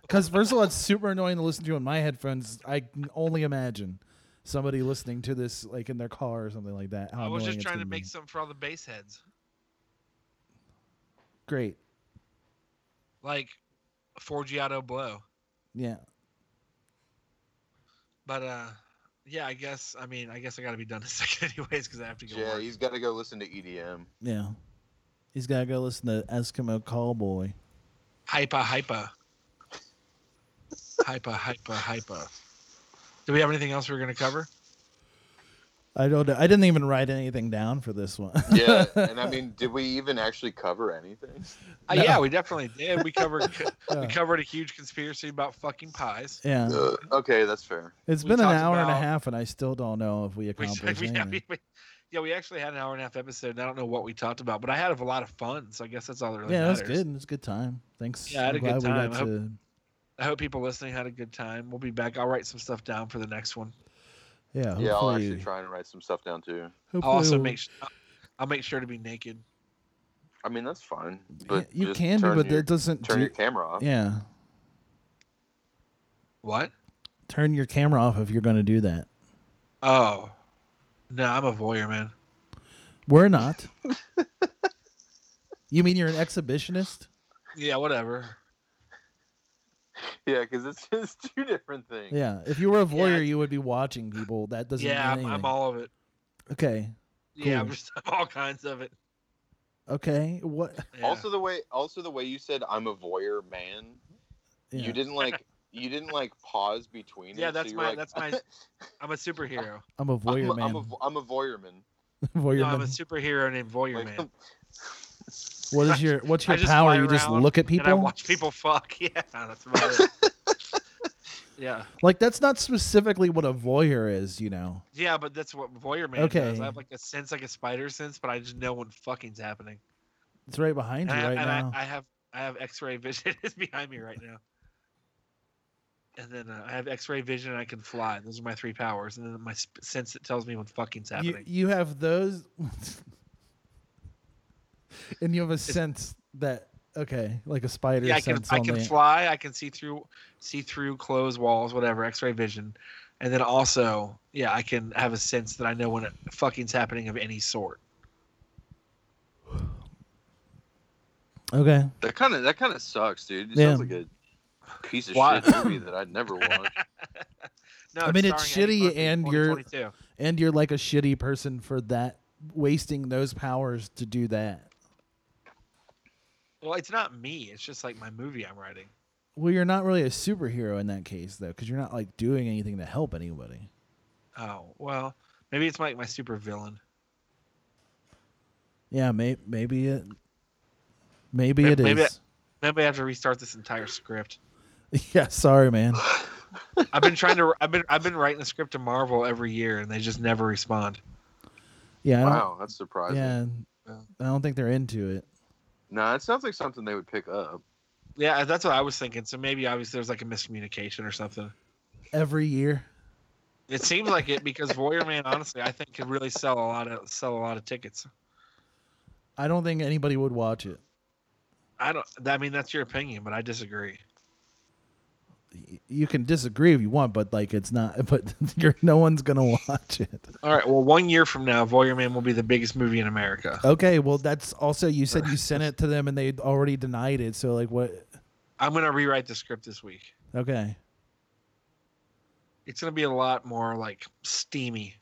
Because first of all, it's super annoying to listen to on my headphones. I can only imagine somebody listening to this like in their car or something like that. How i was annoying just it's trying to gonna be. make something for all the bass heads great. like forgiato blow Yeah, but uh yeah i guess i mean i guess i gotta be done in a second anyways because i have to go yeah, work. he's got to go listen to E EDM. yeah. He's gotta go listen to Eskimo Callboy. Hyper, hyper. hyper, hyper, hyper. Do we have anything else we're going to cover? I don't. know. I didn't even write anything down for this one. Yeah, and I mean, did we even actually cover anything? Uh, yeah, we definitely did. We covered Yeah. we covered a huge conspiracy about fucking pies. Yeah. Uh, okay, that's fair. It's We been an talked hour and a about- half, and I still don't know if we We, accomplished we, yeah, anything. we, we- yeah, we actually had an hour and a half episode, and I don't know what we talked about, but I had a lot of fun, so I guess that's all that really yeah, it was matters. good. It was a good time. Thanks. Yeah, I had I'm a glad good we time. got I hope- to- I hope people listening had a good time. We'll be back. I'll write some stuff down for the next one. yeah, Yeah, I'll hopefully- actually try and write some stuff down too. Hopefully I'll also we'll- make sure, I'll make sure to be naked. I mean, that's fine. But you just can be, turn but your- that doesn't turn do- your camera off. Yeah, What? turn your camera off if you're going to do that. Oh, no, I'm a voyeur, man. We're not. you mean you're an exhibitionist? Yeah, whatever. Yeah, because it's just two different things. Yeah. If you were a voyeur, you would be watching people. That doesn't. yeah, mean I'm, anything. I'm all of it. Okay. Yeah, I'm Cool. just I'm all kinds of it. Okay. What? Also the way also the way you said I'm a voyeur man. Yeah. You didn't like you didn't like pause between. Yeah, it, that's so you were my like, that's my. I'm a superhero. I'm a voyeur I'm a, man. I'm a voyeurman. voyeur no, I'm a man. superhero named Voyeur Man. What is your? What's I your just power? fly You just around look at And I people. watch people fuck. Yeah, that's about it. yeah, Like that's not specifically what a voyeur is, you know. yeah, but that's what Voyeur Man Okay. does. I have like a sense, like a spider sense, but I just know when fucking's happening. It's right behind And, you I, right and I- now. I, have I have X-ray vision. it's behind me right now. And then uh, I have X-ray vision. and I can fly. Those are my three powers. And then my sp- sense that tells me when fucking's you, happening. you have those, and you have a sense that okay, like a spider yeah, I can sense I on can the- fly. I can see through see through closed walls, whatever. X-ray vision, and then also yeah, I can have a sense that I know when it fucking's happening of any sort. Okay. That kind of that kind of sucks, dude. It Yeah. sounds like a piece of Why- shit movie that I'd never watch. No, I mean, it's starring shitty, Eddie Murphy, and you're 2022. and you're like a shitty person for that wasting those powers to do that. well, it's not me. It's just like my movie I'm writing. Well, you're not really a superhero in that case though, because you're not like doing anything to help anybody. Oh well, maybe it's like my super villain. Yeah, may, maybe it, maybe it is. maybe Maybe I have to restart this entire script. yeah, sorry, man. I've been trying to. I've been. I've been writing the script to Marvel every year, and they just never respond. Yeah. I don't- Wow, that's surprising. Yeah, Yeah. I don't think they're into it. No, it sounds like something they would pick up. Yeah, that's what I was thinking. So maybe obviously there's like a miscommunication or something. Every year, It seems like it because Voyeur Man, honestly, I think could really sell a lot of sell a lot of tickets. I don't think anybody would watch it. I don't. I mean, that's your opinion, but I disagree. You can disagree if you want, but like it's not. But you're, no one's gonna watch it. All right. Well, one year from now, Voyeur Man will be the biggest movie in America. Okay. Well, that's also you said you sent it to them and they already denied it. So like, what? I'm gonna rewrite the script this week. Okay. It's gonna be a lot more like steamy.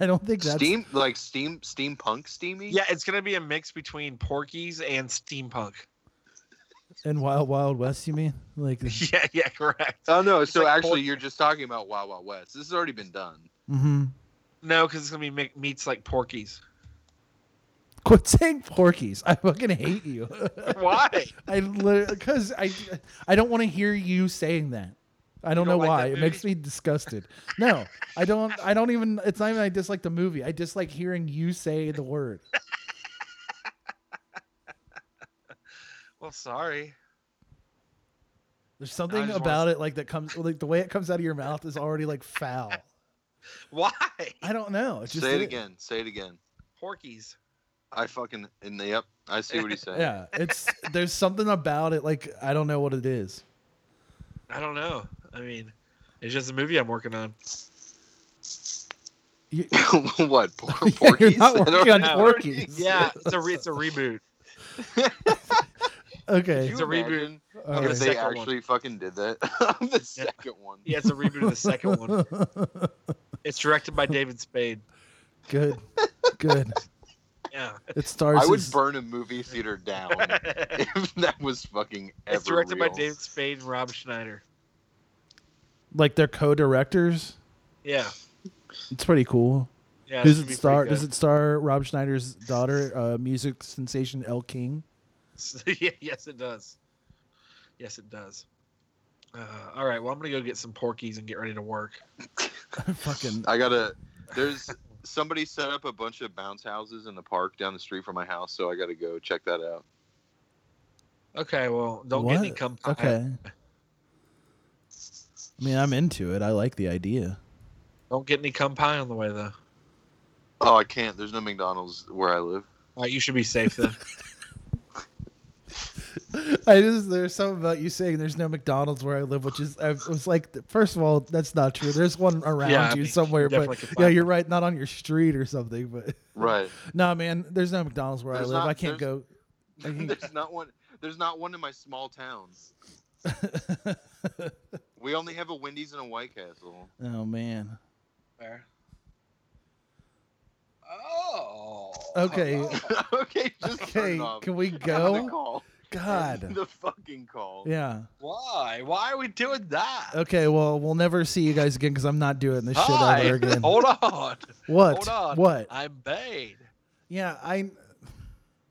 I don't think that's steam like steam steampunk steamy. Yeah, it's gonna be a mix between Porky's and steampunk. And Wild Wild West, you mean? Like yeah, yeah, correct. Oh no, it's so like actually, Porky. you're just talking about Wild Wild West. This has already been done. Mm-hmm. No, because it's gonna be mi- meats like Porky's. Quit saying Porky's. I fucking hate you. why? I because I I don't want to hear you saying that. I don't, don't know like why. It makes me disgusted. No, I don't. I don't even. It's not even. I dislike the movie. I dislike hearing you say the word. well, sorry. There's something no, about it like that comes like the way it comes out of your mouth is already like foul. why? I don't know. Just say it, it again. Say it again. Porkies. I fucking in the yep. I see what he's saying. yeah, it's there's something about it like I don't know what it is. I don't know. I mean, it's just a movie I'm working on. You, what? Por- yeah, Porky's? You're not working on know. Porky's. Yeah, it's a re- it's a reboot. okay, it's a reboot. Right. If they actually one. fucking did that, the second yeah. one. Yeah, it's a reboot of the second one. it's directed by David Spade. Good, good. Yeah, it stars. I would as... burn a movie theater down if that was fucking. it's directed real. by David Spade and Rob Schneider. Like they're co-directors. Yeah, it's pretty cool. Yeah, does it star? Does it star Rob Schneider's daughter, uh, music sensation El King? yes, it does. Yes, it does. Uh, all right, well, I'm gonna go get some porkies and get ready to work. fucking. I gotta. There's somebody set up a bunch of bounce houses in the park down the street from my house, so I got to go check that out. Okay, well, don't what? get any come. Okay. I mean, I'm into it. I like the idea. Don't get any cum pie on the way though. Oh, I can't. There's no McDonald's where I live. All right, you should be safe then. I just there's something about you saying there's no McDonald's where I live, which is I was like, first of all, that's not true. There's one around yeah, you I mean, somewhere, you but yeah, you're right, not on your street or something, but right. no, nah, man, there's no McDonald's where there's I live. Not, I can't there's, go. I can't, there's not one. There's not one in my small town. we only have a Wendy's and a White Castle. Oh man. Where? Oh. Okay. Oh. okay. okay. Can we go? God. the fucking call. Yeah. Why? Why are we doing that? Okay, well, we'll never see you guys again because I'm not doing this Hi. shit ever again. Hold on. What? Hold on. What? I'm Bane. Yeah, I.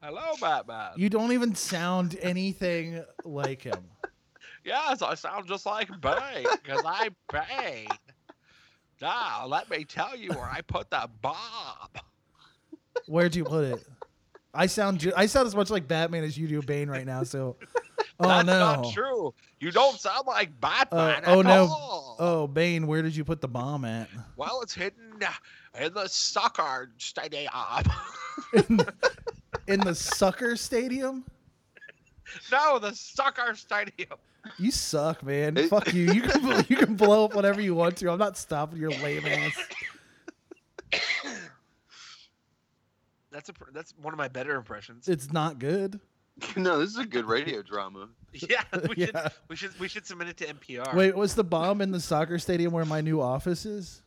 Hello, Batman. You don't even sound anything like him. Yes, I sound just like Bane because I'm Bane. Now, let me tell you where I put that bomb. Where'd you put it? I sound I sound as much like Batman as you do Bane right now. So, oh that's no, not true. You don't sound like Batman. Uh, oh no, all. oh Bane, where did you put the bomb at? Well, it's hidden in the soccer stadium. in, the, in the sucker stadium? No, the soccer stadium. You suck, man. Fuck you. You can you can blow up whatever you want to. I'm not stopping your lame ass. That's a that's one of my better impressions. It's not good. No, this is a good radio drama. Yeah, we yeah. should we should we should submit it to NPR. Wait, was the bomb in the soccer stadium where my new office is?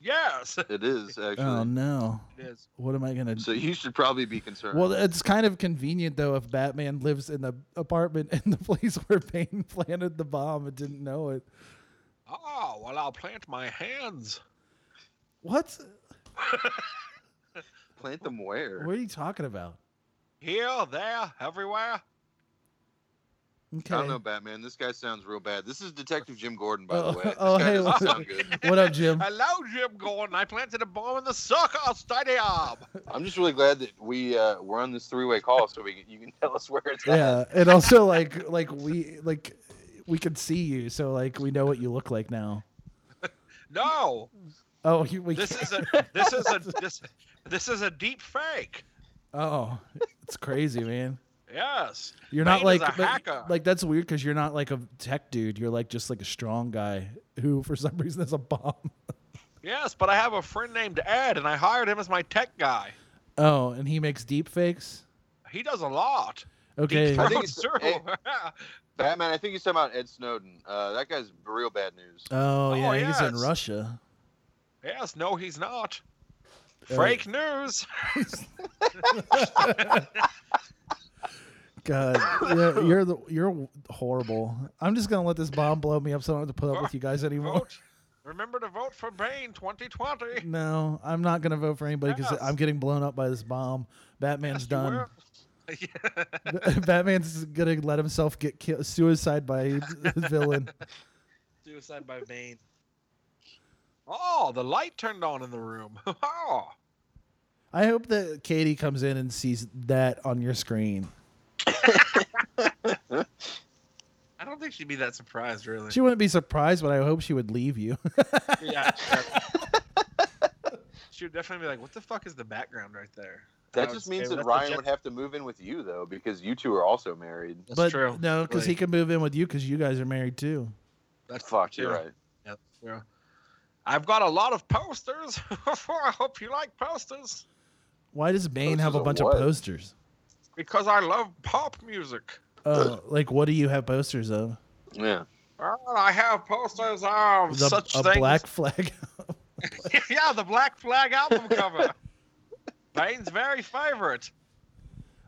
Yes, it is actually. Oh no, it is. What am I gonna? So you should probably be concerned. Well, it's kind of convenient though if Batman lives in the apartment in the place where Bane planted the bomb and didn't know it. Oh well, I'll plant my hands. What? Plant them where? What are you talking about? Here, there, everywhere. Okay. I don't know, Batman. This guy sounds real bad. This is Detective Jim Gordon, by oh, the way. This oh, hey, what, what up, Jim? Hello, Jim Gordon. I planted a bomb in the soccer stadium. I'm just really glad that we uh, we're on this three-way call, so we can, you can tell us where it's yeah, at. Yeah, and also like like we like we can see you, so like we know what you look like now. No. Oh, you, we This can't- is a this is a this this is a deep fake. Oh, it's crazy, man. Yes. You're not Bane like is a but- hacker. like that's weird because you're not like a tech dude. You're like just like a strong guy who, for some reason, is a bomb. Yes, but I have a friend named Ed, and I hired him as my tech guy. Oh, and he makes deep fakes. He does a lot. Okay. Deep I think throats it's- too. hey, Batman, I think he's talking about Ed Snowden. Uh, that guy's real bad news. Oh, yeah, he's in yes. Russia. yes. No, he's not. Oh. Fake news. God, yeah, you're the you're horrible. I'm just gonna let this bomb blow me up, so I don't have to put up with you guys Oh, anymore. Remember to vote for Bane 2020. No, I'm not gonna vote for anybody because Yes. I'm getting blown up by this bomb. Batman's done. Yeah. Batman's gonna let himself get killed, suicide by a villain. Suicide by Bane. Oh, the light turned on in the room. Oh. I hope that Katie comes in and sees that on your screen. I don't think she'd be that surprised, really. She wouldn't be surprised, but I hope she would leave you. yeah. yeah. she would definitely be like, "What the fuck is the background right there?" That I just would say, means that "That's the Ryan jet- would have to move in with you though, because you two are also married. That's but true. no, because he Like, can move in with you because you guys are married too. That's Fuck, true. you're right. Yeah, that's true. I've got a lot of posters. I hope you like posters Why does Bane have a of bunch what? of posters? because I love pop music. Oh, like what do you have posters of? Yeah. Oh, I have posters of The- such a things. black flag. yeah, the Black Flag album cover. Bane's very favorite.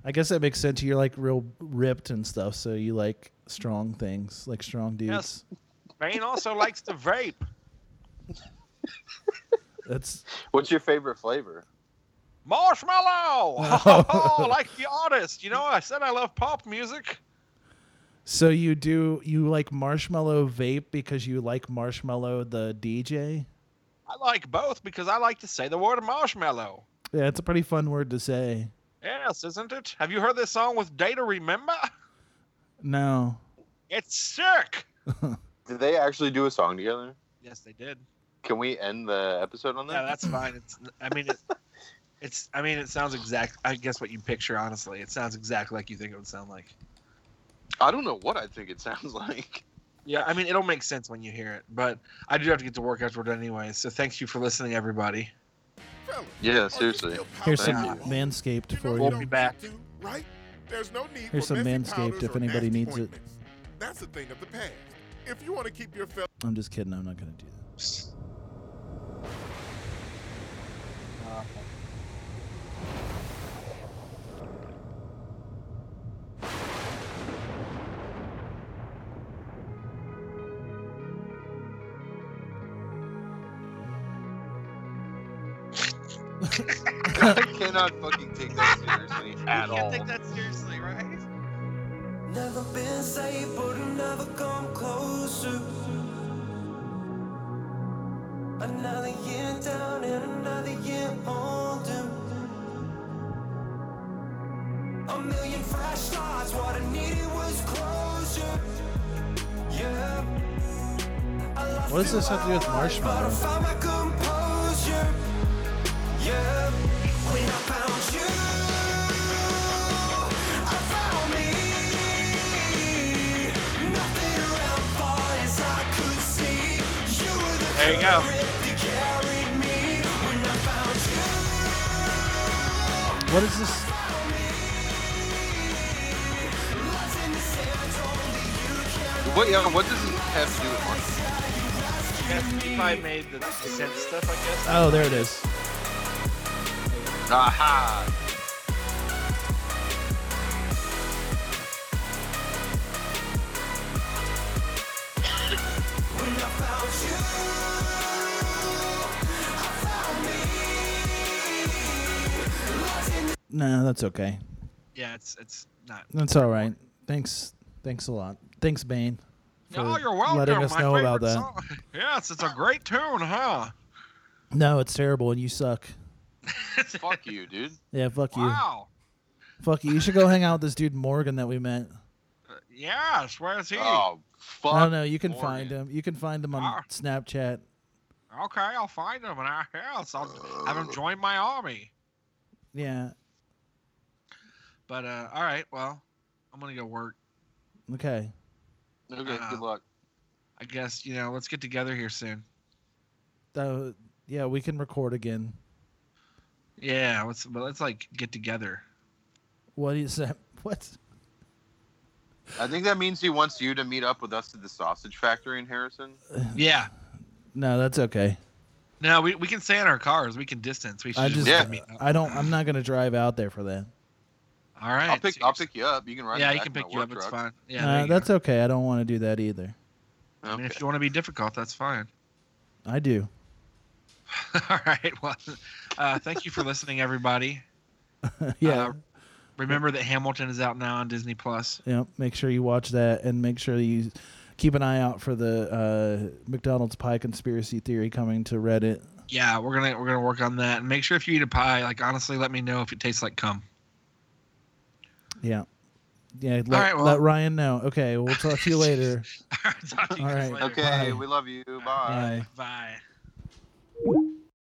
I guess that makes sense. You're like real ripped and stuff, so you like strong things, like strong dudes. Yes. Bane also likes to vape. That's What's your favorite flavor? Marshmallow! Oh, like the artist. You know, I said I love pop music. so you do you like marshmallow vape because you like marshmallow the DJ? I like both because I like to say the word marshmallow. Yeah, it's a pretty fun word to say. Yes, isn't it? Have you heard this song with Data Remember? No. It's sick. Did they actually do a song together? Yes, they did. Can we end the episode on that? Yeah, that's fine. It's. I mean, it, it's. I mean, it sounds exact. I guess what you picture. Honestly, it sounds exactly like you think it would sound like. I don't know what I think it sounds like. Yeah, I mean, it'll make sense when you hear it. But I do have to get to work after we're done anyway. So thank you for listening, everybody. Yeah, seriously. Here's Thank some you. manscaped for We'll you. be back. right? There's no need Here's for some messy manscaped powders if or anybody nasty needs it. ointments. That's a thing of the past. If you want to keep your fellow I'm just kidding. I'm not gonna do that. I cannot fucking take that seriously at all. that seriously, right? Never been saved, but I never come closer. Another year down and another year older. A million fresh starts, what I needed was closure. Yeah. I lost What does this have to do with but I marshmallow? found my composure. Yeah. When I found you, I found me. Nothing around far as I could see. You were the There you go. current that carried me. When I found you, What is this? lost in the sand, only you carried What, yeah, what does it have to do with marshmallow? If I made the, the sense stuff, I guess. Oh, there it is. Aha! When I found you, I found me. Lost in the No, that's okay. Yeah, it's it's not. That's all right. Thanks. Thanks a lot. Thanks, Bane. For No, you're welcome. letting us my know about favorite that. Song. Yes, it's a great tune, huh? No, it's terrible, and you suck. Fuck you, dude. Yeah, fuck you. Wow. Fuck you. You should go hang out with this dude Morgan that we met. Yes, where's he? Oh, fuck. I don't know. You can Morgan. find him. You can find him on Ah. Snapchat. Okay, I'll find him in our house. I'll have him join my army. Yeah. But uh, all right, well, I'm gonna go work. Okay. Okay. Uh, good luck. I guess you know. Let's get together here soon. Uh, yeah, we can record again. Yeah. Let's. But let's like get together. What is that? What? I think that means he wants you to meet up with us at the sausage factory in Harrison. Yeah. No, that's okay. No, we, we can stay in our cars. We can distance. We should I just, just, meet up. I don't, I'm not gonna drive out there for that. All right. I'll pick. I'll pick you up. You can ride. yeah, in the he back of can my work pick you up. It's truck. fine. Yeah. Nah, there you go. Uh, that's okay. I don't want to do that either. I mean, if you want to be difficult, that's fine. I do. All right. Well, uh, thank you for listening, everybody. yeah. Uh, remember that Hamilton is out now on Disney Plus. yeah. Make sure you watch that, and make sure you keep an eye out for the uh, McDonald's pie conspiracy theory coming to Reddit. Yeah, we're gonna we're gonna work on that. And make sure if you eat a pie, like honestly, let me know if it tastes like cum. Yeah. Yeah. Let, right, well- let Ryan know. Okay. We'll talk to you later. All right. All right. Okay, we love you. Bye. Bye. Bye. Bye.